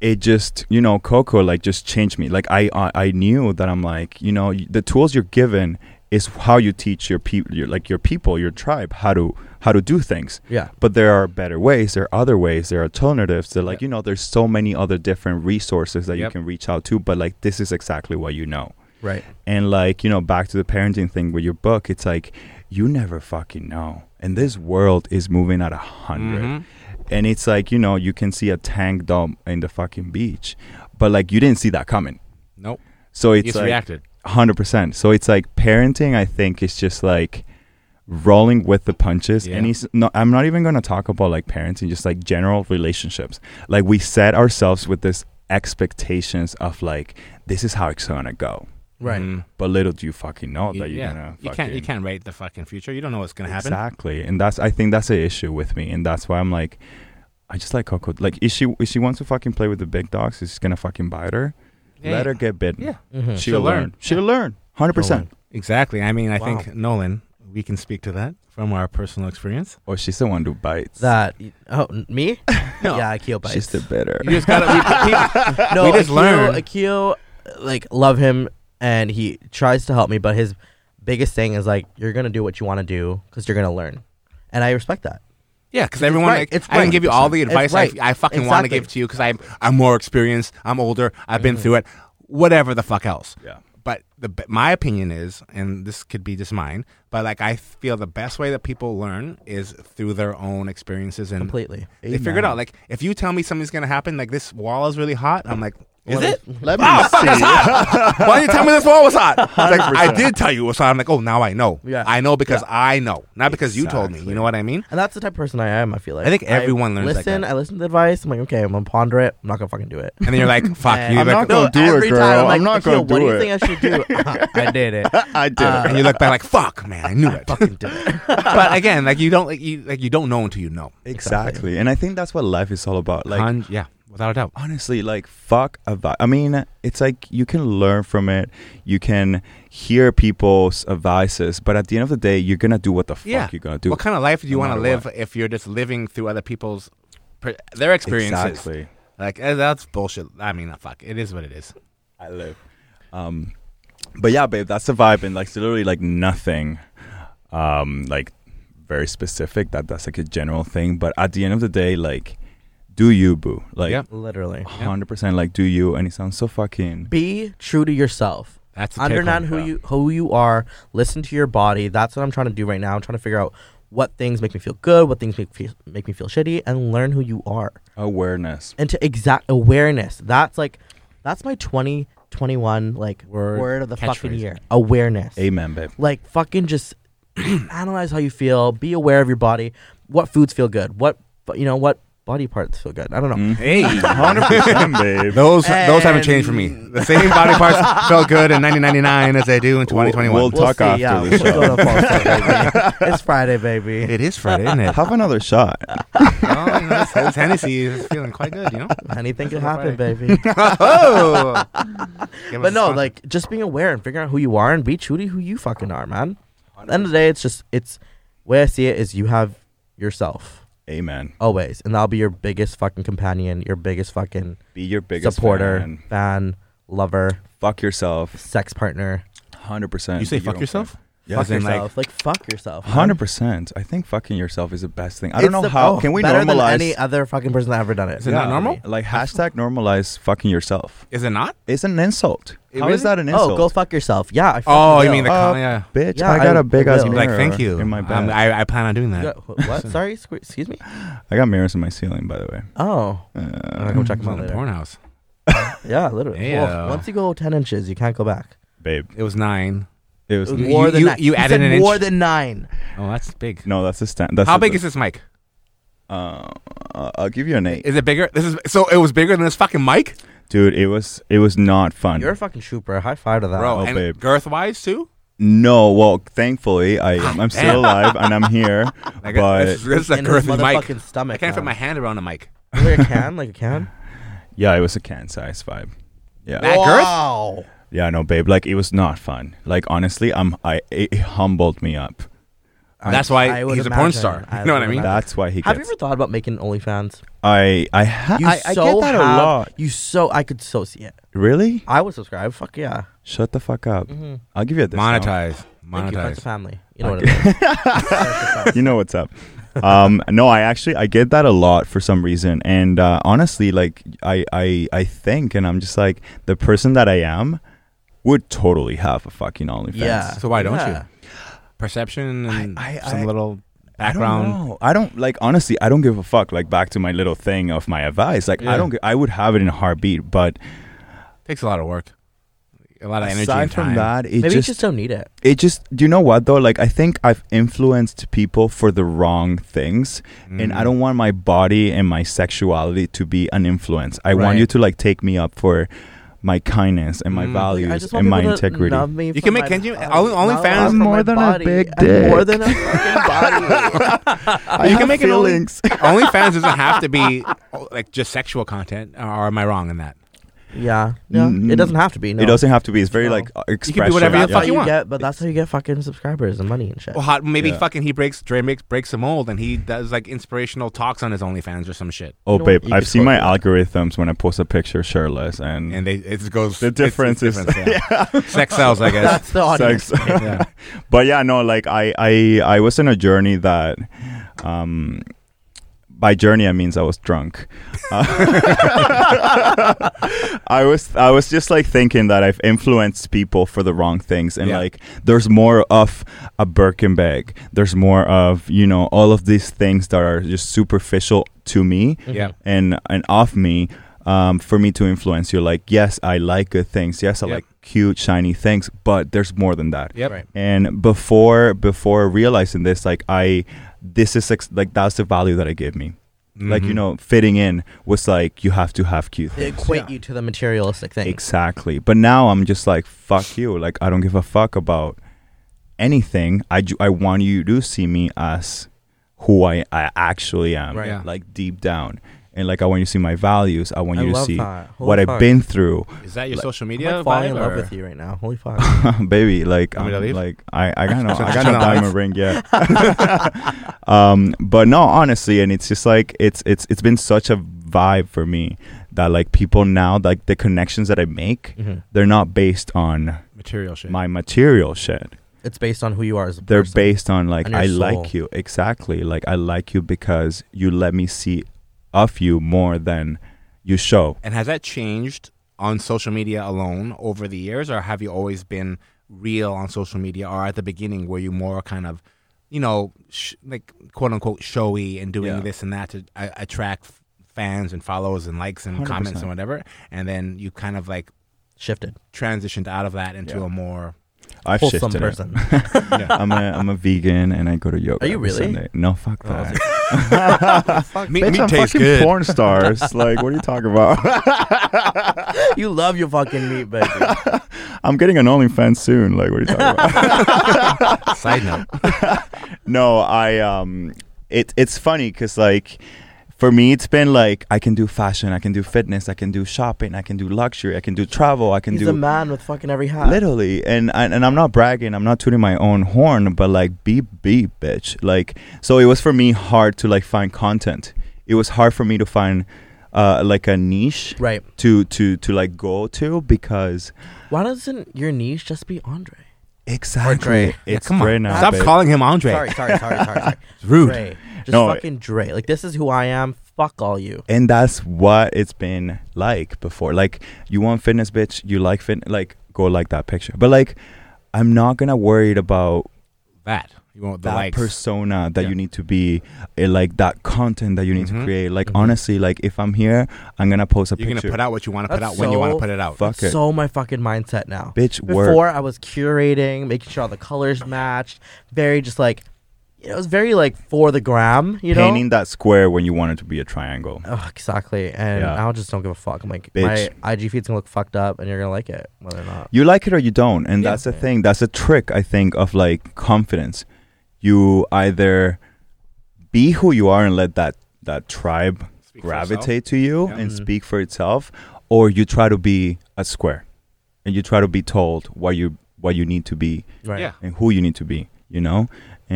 C: it just, you know, Coco like just changed me. Like I, I, I knew that I'm like, you know, y- the tools you're given is how you teach your people, your like your people, your tribe how to how to do things.
A: Yeah.
C: But there are better ways. There are other ways. There are alternatives. There, like you know, there's so many other different resources that you
B: Yep.
C: can reach out to. But like this is exactly what you know.
A: Right.
C: And like, you know, back to the parenting thing with your book, it's like you never fucking know. And this world is moving at a 100
B: Mhm.
C: And it's like, you know, you can see a tank dump in the fucking beach. But like you didn't see that coming.
B: Nope.
C: So it's
B: It's
C: like
B: reacted.
C: hundred percent. So it's like parenting. I think is just like rolling with the punches.
B: Yeah.
C: And he's no, I'm not even gonna talk about like parenting, just like general relationships. Like we set ourselves with this expectations of like this is how it's gonna go.
A: Right.
B: Mhm.
C: But little do you fucking know
B: You-
C: that you're
B: yeah.
C: gonna.
B: you can't. You
C: fucking-
B: can't rate the fucking future. You don't know what's gonna happen.
C: Exactly, and that's I think that's the issue with me, and that's why I'm like, I just like Coco. Like, if she if she wants to fucking play with the big dogs, she's gonna fucking bite her.
B: Yeah,
C: Let
B: yeah.
C: her get bitten.
B: Yeah.
A: Mhm.
C: she'll,
B: She'll
C: learn.
B: learn.
C: She'll learn. Hundred percent.
B: Exactly. I mean, I
A: Wow.
B: think Nolan, we can speak to that from our personal experience.
C: Oh, she's the one who bites.
A: That oh n- me?
B: No.
A: Yeah, Akio bites.
C: She's the bitter.
B: You just gotta. we- we-
A: no,
B: we just
A: Akio,
B: learn.
A: Akio, like love him, and he tries to help me, but his biggest thing is like you're gonna do what you want to do because you're gonna learn, and I respect that.
B: Yeah, because everyone,
A: right,
B: like,
A: it's
B: I can
A: right.
B: give you all the
A: It's
B: advice
A: right.
B: I, I fucking want
A: Exactly.
B: to
A: Mm-hmm.
B: give to you because I'm I'm more experienced, I'm older, I've been through it, whatever the fuck else.
C: Yeah.
B: But the b- my opinion is, and this could be just mine, but like I feel the best way that people learn is through their own experiences and
A: Completely.
B: they figure it out. Like if you tell me something's gonna happen, like this wall is really hot, I'm like, is it?
F: Let me
B: Why didn't you tell me this wall was hot? I, was like, I did tell you it was hot. I'm like, oh, now I know.
A: Yeah.
B: I know because I know, not because you told me. You know what I mean?
A: And that's the type of person I am. I feel like
B: I think everyone learns like
A: Listen,
B: that.
A: I listen to the advice. I'm like, okay, I'm gonna ponder it. I'm not gonna fucking do it.
B: And then you're like, fuck
A: And-
B: you.
C: I'm
B: like,
C: not gonna do it,
A: every
C: girl.
A: Time, I'm,
C: I'm
A: like,
C: not gonna
A: "Akio, What
C: do
A: do you
C: it."
A: think I should do? I did it.
C: I did.
A: Uh,
B: and you look back like fuck man i knew it
A: fucking did it.
B: but again like you don't like you like you don't know until you know
C: exactly. And I think that's what life is all about. Like
B: Hun- yeah without a doubt
C: honestly, like fuck advice. I mean, it's like you can learn from it. You can hear people's advices, but at the end of the day, you're gonna do what the fuck
B: Yeah.
C: you're gonna do.
B: what kind of life do you
C: No
B: want to
C: matter
B: live
C: what.
B: if you're just living through other people's per- their experiences
C: Exactly.
B: like eh, that's bullshit i mean fuck it is what it is
C: I live. Um, but yeah, babe, that's the vibe, and like it's literally like nothing, um, like very specific. That that's like a general thing. But at the end of the day, like, do you boo? Like,
B: Yeah.
A: Literally.
C: hundred percent. Like, do you? And it sounds so fucking.
A: Be true to yourself.
B: that's the take
A: understand
B: home.
A: who you who you are. Listen to your body. That's what I'm trying to do right now. I'm trying to figure out what things make me feel good, what things make feel, make me feel shitty, and learn who you are.
C: Awareness.
A: And to exact awareness. That's like that's my 2021 like word, of the fucking
B: catchphrase.
A: year. Awareness.
C: Amen, babe.
A: like fucking just analyze how you feel. Be aware of your body. What foods feel good? What you know? What body parts feel good? I don't know.
C: Mm.
B: hey
C: Hundred percent, babe.
B: those those haven't changed for me the same body parts felt good in 1999 as they do in 2021
C: we'll-
A: We'll
C: Talk
A: see.
C: after
A: yeah,
C: the
A: we'll
C: show.
A: go to False Friday, baby. It's Friday, baby.
B: it is Friday, isn't it?
C: Have another shot.
B: oh, you know, it's, it's Hennessy is feeling quite good, you know.
A: Anything could
B: It's
A: happen,
B: Friday.
A: baby.
B: Oh,
A: but no, like just being aware and figuring out who you are and be true to who you fucking are, man. At the end of the day, it's just it's way I see it is you have yourself
C: Amen.
A: always, and that'll be your biggest fucking companion, your biggest fucking
C: Be your biggest
A: supporter,
C: fan.
A: fan, lover,
C: Fuck yourself.
A: sex partner.
C: Hundred percent.
B: you say fuck yourself.
C: Yeah.
A: fuck
B: As in, like-
A: yourself. Like, fuck yourself. man.
C: Hundred percent. I think fucking yourself is the best thing. I don't
A: It's
C: know
A: the-
C: how.
A: oh,
C: can we
A: better
C: normalize?
A: than any other fucking person that ever done it?
B: Is it not normal?
C: Like hashtag normalize fucking yourself.
B: Is it not?
C: It's an insult.
B: It
C: How
B: really-
C: is that an insult?
A: Oh, go fuck yourself. Yeah. I
B: Oh,
A: fucking
B: you
A: will.
B: mean the
C: Uh,
B: con- yeah.
C: Bitch,
A: Yeah,
C: I got
A: I-
C: a big
A: I
C: ass
A: will.
C: mirror.
B: Like, thank you.
C: In my
B: Um,
C: bed. I,
B: I, I plan on doing
A: Oh, Yeah,
B: that.
A: wh- what? Sorry. sque- Excuse me.
C: got mirrors in my ceiling, by the way.
A: Oh. I'm
C: Uh,
A: gonna go check
B: It
A: them out
B: was in a
A: later.
B: porn house.
A: Yeah, literally. Well,
B: Yeah.
A: once you go ten inches, you can't go back.
C: babe,
B: It was nine.
C: it was
B: You-
A: More than
B: you-
A: nine.
B: you
A: He
B: added
A: said
B: an inch.
A: more than nine.
B: Oh, that's big.
C: no. That's the stand. That's
B: How
C: the-
B: big is this mic?
C: Uh, uh, I'll give you an eight,
B: Is it bigger? This is so. It was bigger than this fucking mic,
C: dude. It was it was not fun.
A: You're a fucking trooper. High five to that.
B: bro.
C: oh,
B: and
C: babe.
B: girth wise too.
C: no, well, thankfully I am. I'm still alive and I'm here.
B: Ah, Like
C: but
B: this, is- this is a
A: In his
B: girthy mic.
A: motherfucking stomach.
B: I can't fit
A: now.
B: my hand around a mic.
A: Is there a can? Like a can?
C: yeah, it was a can size vibe. Yeah.
B: That girth.
A: Wow.
C: Yeah, no, babe. Like it was not fun. Like honestly, I'm I it humbled me up.
B: That's why
A: I would
B: he's a porn
A: imagine.
B: star.
A: I
B: You know what I
A: would
B: mean?
A: imagine.
C: That's why he
A: Have
C: gets.
A: you ever thought about making OnlyFans?
C: I I ha-
A: You
C: I, I
A: so
C: get that
A: have-
C: a lot.
A: You so I could so see it.
C: Really?
A: I would subscribe. Fuck yeah.
C: Shut the fuck up.
A: Mm-hmm.
C: I'll give you a discount.
B: Monetize.
A: Thank you, friends
B: Monetize.
A: and family. You know what I mean. Friends
C: you
A: and
C: know what's up. Um, no, I actually I get that a lot for some reason, and uh, honestly, like I, I I think, and I'm just like the person that I am would totally have a fucking OnlyFans.
A: family. Yeah.
B: So why don't
A: Yeah.
B: Perception and
C: I- I-
B: some
C: I-
B: little
C: I don't
B: background.
C: know. I don't like honestly. I don't give a fuck. Like back to my little thing of my advice. Like
B: Yeah.
C: I don't. gi- I would have it in a heartbeat. But
B: Takes a lot of work. A lot of energy
C: aside
B: and time.
C: from that, it
A: Maybe you
C: just,
A: just don't need it.
C: it just. Do you know what though? Like I think I've influenced people for the wrong things. and
B: Mm-hmm. Mm.
C: I don't want my body and my sexuality to be an influence. I
B: Right.
C: want you to like take me up for my kindness and my
B: Mm.
C: values
A: I just want
C: and my
A: people to
C: integrity.
A: love me
B: You
A: for
B: can make
A: my
B: Kenji-
A: body,
B: only-
A: not
B: OnlyFans
A: love
B: is
A: for my
C: more than a
A: body.
C: big
A: I'm more
C: dick.
A: than a fucking body.
C: I
B: You
C: have
B: can make an only-
C: feelings.
B: OnlyFans doesn't have to be oh, like just sexual content, or am I wrong in that?
A: Yeah, yeah.
C: Mm.
A: It doesn't have to be. No.
C: It doesn't have to be. It's very
A: No.
C: like uh,
B: do
C: expression.
B: whatever
A: But
B: the
A: that's
B: Yeah. fuck
A: how
B: you want.
A: get, but that's how you get fucking subscribers and money and shit.
B: Well, hot, maybe
C: Yeah.
B: fucking he breaks Dre makes breaks some mold, and he does like inspirational talks on his OnlyFans or some shit,
C: Oh
A: know
C: babe,
A: what? You
C: I've
A: could
C: seen my
A: totally
C: algorithms when I post a picture shirtless and,
B: and they it goes
C: the
B: it's- it's
C: difference is
B: difference, yeah. sex sells, I guess.
A: that's the audience.
C: sex.
B: yeah.
C: but yeah, no, like I, I, I was in a journey that, um, by journey I means I was drunk. Uh, I was, I was just like thinking that I've influenced people for the wrong things, and
B: Yeah.
C: like there's more of a Birkenbag. There's more of you know all of these things that are just superficial to me
B: yeah.
C: and and off me um, for me to influence you. Like, yes, I like good things. Yes, I
B: Yep.
C: like cute, shiny things, but there's more than that.
B: Yep.
A: Right.
C: And before before realizing this, like I, this is ex- like that's the value that it gave me. Like you
B: Mhm.
C: know, fitting in was like you have to have cute
A: They
C: things.
A: equate you to the materialistic thing.
C: Exactly. But now I'm just like fuck you. Like I don't give a fuck about anything. I ju- I want you to see me as who I, I actually am.
B: Right. Yeah.
C: Like deep down. And like I want you to see my values. I want
A: I
C: you to
A: love
C: see
A: that. Holy
C: what
A: fuck.
C: I've been through.
B: Is that your
C: Like-
B: social
A: I'm
B: media?
A: like falling in
B: vibe,
A: love
B: or-
A: with you right now. Holy fuck!
C: Baby, like
B: Want me to
C: I'm
B: leave?
C: like I, I got no
B: So
C: I
B: turn
C: got
B: on
C: no
B: the lights.
C: diamond ring yet. um but no, honestly, and it's just like it's it's it's been such a vibe for me that like people now like the connections that I make,
B: Mm-hmm.
A: Mhm.
C: they're not based on
B: material shit.
C: my material shit.
A: It's based on who you are as a
C: They're
A: person.
C: based on like
A: On your
C: I
A: soul.
C: like you exactly. Like I like you because you let me see of you more than you show.
B: and has that changed on social media alone over the years, or have you always been real on social media? Or at the beginning, were you more kind of, you know, sh- like quote unquote showy and doing
C: Yeah.
B: this and that to uh, attract f- fans and followers and likes and comments
C: 100%.
B: and whatever? And then you kind of like
A: shifted
B: transitioned out of that into
C: Yeah.
B: a more
C: I've
A: wholesome
C: shifted. it.
A: person.
C: I'm a I'm a vegan and I go to yoga.
A: Are you
C: every
A: really?
C: Sunday. No, fuck
A: Oh, I was
C: that.
B: meat,
C: Bitch,
B: meat
C: I'm
B: tastes
C: fucking
B: good.
C: porn stars. like, what are you talking about?
A: you love your fucking meat, baby.
C: I'm getting an OnlyFans soon. Like, what are you talking about?
B: Side note,
C: no, I um, it it's funny because like. For me, it's been like I can do fashion, I can do fitness, I can do shopping, I can do luxury, I can do travel, I can
A: He's
C: do
A: a man with fucking every hat.
C: Literally, and, and and I'm not bragging. I'm not tooting my own horn, but like, be be bitch. Like, so it was for me hard to like find content. It was hard for me to find uh like a niche
A: Right?
C: to to to like go to because
A: Why doesn't your niche just be Andre?
C: exactly
B: Yeah,
C: it's
B: come on.
C: Dre now.
B: Stop
C: babe.
B: calling him Andre.
A: Sorry, sorry, sorry, sorry. sorry.
B: It's rude.
A: Dre. Just
C: No,
A: fucking Dre. Like this is who I am. Fuck all you.
C: and that's what it's been like before. Like you want fitness, bitch. You like fit. Like go like that picture. But like, I'm not gonna worried about
B: That you want the
C: that
B: likes.
C: persona that
B: Yeah.
C: you need to be eh, like that content that you need
B: Mhm.
C: to create like
A: Mhm.
C: honestly like if i'm here i'm gonna post a
B: You're gonna
C: picture
B: put out what you want to put out
A: That's
B: when you want to
A: so
B: put it out.
C: fuck it
A: So my fucking mindset now.
C: bitch
A: Before
C: work
A: I was curating, making sure all the colors matched. Very just like, it was very like for the gram, you know.
C: painting that square when you want it to be a triangle
A: Ugh, exactly. And
C: Yeah.
A: now I just don't give a fuck. I'm like,
C: Bitch.
A: my IG feed's gonna look fucked up, and you're gonna like it whether or not.
C: you like it or you don't and
A: Yeah.
C: that's the thing that's a trick i think of like confidence you either be who you are and let that that tribe
B: Speak for yourself.
C: gravitate to you
B: Yeah. Mm-hmm.
C: and
A: Mhm.
C: speak for itself or you try to be a square and you try to be told what you what you need to be
A: Right.
B: Yeah.
C: and who you need to be you know?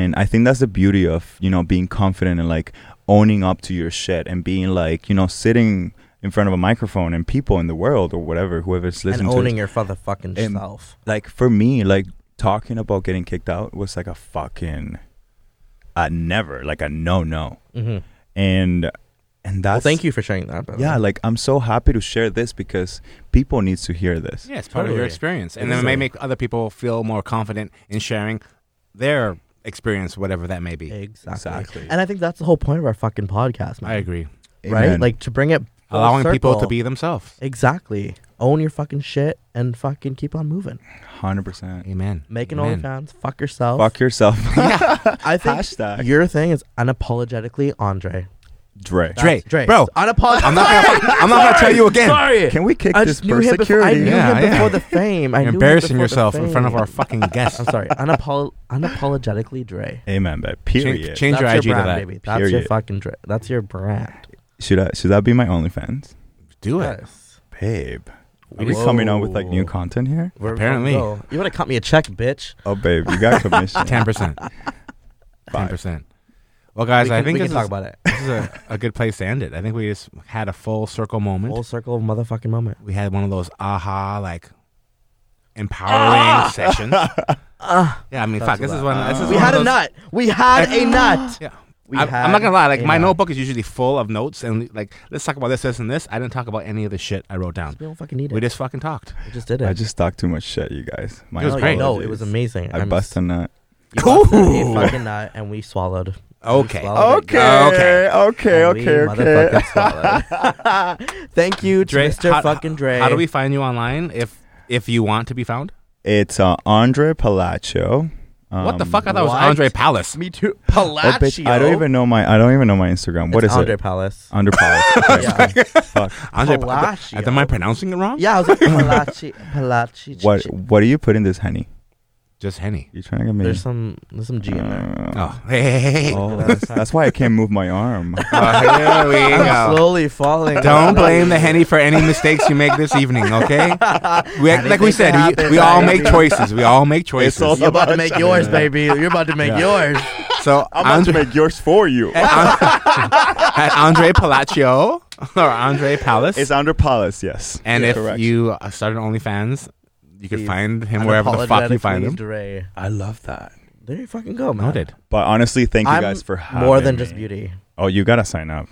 C: And I think that's the beauty of, you know, being confident and like owning up to your shit and being like, you know, sitting in front of a microphone and people in the world or whatever, whoever's listening
A: and
C: to this
A: owning your motherfucking
C: Em-
A: self.
C: like for me, like talking about getting kicked out was like a fucking a never, like a no no.
A: hmm
C: And and that's
A: Well, thank you for sharing that. by the
C: Yeah,
A: way.
C: like I'm so happy to share this because people need to hear this.
B: Yeah, it's part of your
A: Totally.
B: experience,
A: It
B: and then
A: is
B: it may
A: a-
B: make other people feel more confident in sharing their experience, whatever that may be.
A: exactly.
C: Exactly.
A: And I think that's the whole point of our fucking podcast,
B: I
A: man.
B: agree.
A: right?
C: Amen.
A: Like to bring it full
B: Allowing people to
A: circle.
B: be themselves.
A: exactly own your fucking shit and fucking keep on moving.
C: hundred percent.
B: Amen.
A: Make an
B: Amen.
A: OnlyFans. Fuck yourself.
C: Fuck yourself.
A: I think
C: Hashtag.
A: your thing is unapologetically Andre.
C: Dre.
B: Dre,
A: Dre,
B: bro,
A: unapologetic.
B: I'm not. Gonna, fuck- I'm not gonna tell you again.
A: Sorry.
C: Can we kick
A: I
C: this
A: just knew
C: for
A: him before. I
C: security?
A: knew
B: Yeah,
A: him before
B: yeah.
A: the fame. I knew
B: You're
A: him
B: embarrassing
A: before the
B: yourself in front of
A: fame.
B: our fucking guests.
A: I'm sorry. Unapol- unapologetically Dre.
C: Amen, but period.
B: Change, change your IG
A: That's your
B: to
A: brand,
B: that.
A: baby. That's your
C: Period.
A: fucking Dre. That's your brand.
C: Should I should that be my OnlyFans?
B: Do it.
A: Yes.
C: Babe. Are
B: We
C: we
B: just-
C: coming out with like new
B: Whoa.
C: content here?
A: Where we
B: Apparently.
A: gonna go? you would have cut me a check, bitch.
C: Oh babe, you got commission.
B: Ten percent. Ten
C: Five.
B: percent. Well, guys,
A: we can,
B: I think
A: we
B: this
A: can
B: is,
A: talk about it.
B: this is a, a good place to end it. I think we just had a full circle moment.
A: Full circle motherfucking moment.
B: we had one of those aha like
A: Ah.
B: empowering sessions. yeah, I mean, fuck. This is one. This is
A: Uh. We
B: one
A: had
B: of
A: a
B: those-
A: nut. We had a nut.
B: Yeah.
A: We
B: I,
A: had
B: I'm not gonna lie. Like
A: a
B: my
A: nut.
B: notebook is usually full of notes and like let's talk about this, this, and this. I didn't talk about any of the shit I wrote down.
A: We don't fucking need it.
B: We just fucking talked.
A: We just did it.
C: I just talked too much shit, you guys. My
B: It was
A: no,
B: great.
A: No, it
C: apologies.
A: was amazing.
C: I
A: I'm-
C: bust a nut.
A: you busted
B: Ooh.
A: a fucking nut, and we swallowed.
B: Okay.
A: Well, Oh,
B: okay.
C: okay,
A: And we motherfucking swallowed. Thank you, to
B: Dre,
A: Mr.
B: how-
A: fucking Dre.
B: How do we find you online if if you want to be found?
C: It's uh, Andre Palacio. Um,
B: what the fuck? I thought it was
A: what?
B: Andre Palace.
A: Me too.
C: oh, bitch,
A: Palacio.
C: I don't even know my. I don't even know my Instagram. What is
A: it's Andre
C: it?
A: Palace.
C: Andre Palacio. Okay,
A: Yeah.
C: okay. fuck.
B: Andre
A: Palacio.
B: Am I pronouncing it wrong?
A: Yeah, I was like Palachi, Palachi.
C: What What do you put in this honey?
B: Just Henny.
C: You trying to get me?
A: There's some, there's some G in there.
C: Uh,
B: Oh, hey, hey, hey, hey.
C: oh, that's, that's why I can't move my arm.
B: Oh, here we
A: I'm
B: go.
A: slowly falling.
B: Don't blame the Henny for any mistakes you make this evening, okay? We,
A: Anything
B: like we said,
A: can
B: we,
A: happen,
B: we all
A: right?
B: make choices. We all make
C: It's
B: choices.
C: all
A: You're about to
C: about
A: make
C: you.
A: yours, baby. You're about to make
B: Yeah.
A: yours.
B: so Andre,
C: make yours for you.
B: at, An- at Andre Palacio or Andre Palace.
C: It's Andre Palace. Yes.
B: and
C: Yeah,
B: if
C: correct.
B: you uh, started OnlyFans, you can
A: Please.
B: find him wherever the fuck you find
A: Unapologetically
B: him.
A: Dre.
C: I love that.
A: There you fucking go, man.
B: Noted.
C: But honestly, thank you
A: I'm
C: guys for having
A: more than just
C: me.
A: beauty.
C: Oh, you gotta sign up.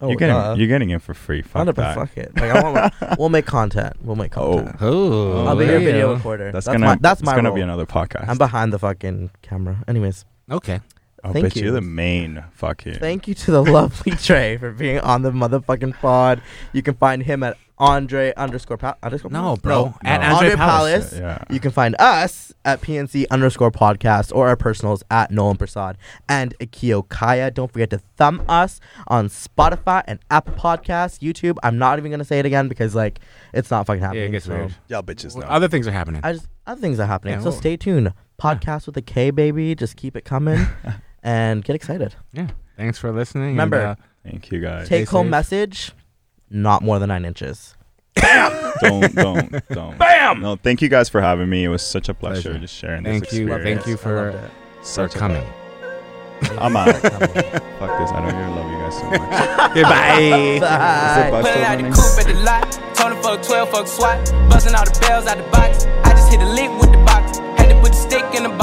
A: Oh,
C: you're getting
A: duh.
C: you're getting it for free. Fuck
A: Not a-
C: that.
A: fuck it. Like I want, we'll make content. We'll make
C: Oh.
A: content.
B: Oh,
A: I'll be your video recorder.
C: That's,
A: That's,
C: gonna
A: my, that's
C: that's
A: my
C: gonna
A: role.
C: be another podcast.
A: I'm behind the fucking camera. Anyways,
B: Okay.
C: I'll
A: Thank
C: bet you.
A: you.
C: are Oh, the main fucking.
A: thank you to the lovely Trey for being on the motherfucking pod. You can find him at Andre underscore pa- underscore.
B: No, bro. At
C: no.
B: Andre,
A: Andre
B: Palace.
A: Palace.
C: Yeah.
A: You can find us at PNC underscore podcast or our personals at Nolan Prasad and Akio Kaya. Don't forget to thumb us on Spotify and Apple Podcasts, YouTube. I'm not even gonna say it again because like it's not fucking
B: Yeah,
A: happening.
B: it gets
A: so.
B: weird.
C: Y'all bitches know.
B: Other things are happening.
A: I just other things are happening.
B: Yeah,
A: so
B: well-
A: stay tuned. Podcast with a K baby. Just keep it coming and get excited.
B: yeah. Thanks for listening. and,
A: Remember,
B: uh,
C: Thank you guys.
A: Take home
B: safe.
A: message, not more than nine inches.
C: don't don't don't. Bam. No, thank you guys for having me. It was such a pleasure,
B: Pleasure.
C: just sharing
B: Thank
C: this
B: you.
C: experience.
B: Thank you
A: I loved
B: for,
A: it.
B: for
C: Such a-
B: coming.
C: I'm out. Fuck this. I don't even love you guys so much. Is
B: Goodbye.
A: Bye.
C: it bus
G: Pulling
C: still
G: out the
C: running?
G: coupe at the lot. Tony fuck 12, fuck SWAT. Buzzing all the bells out the box. Mm. I just hit a lick with the box. Had to put the stick in the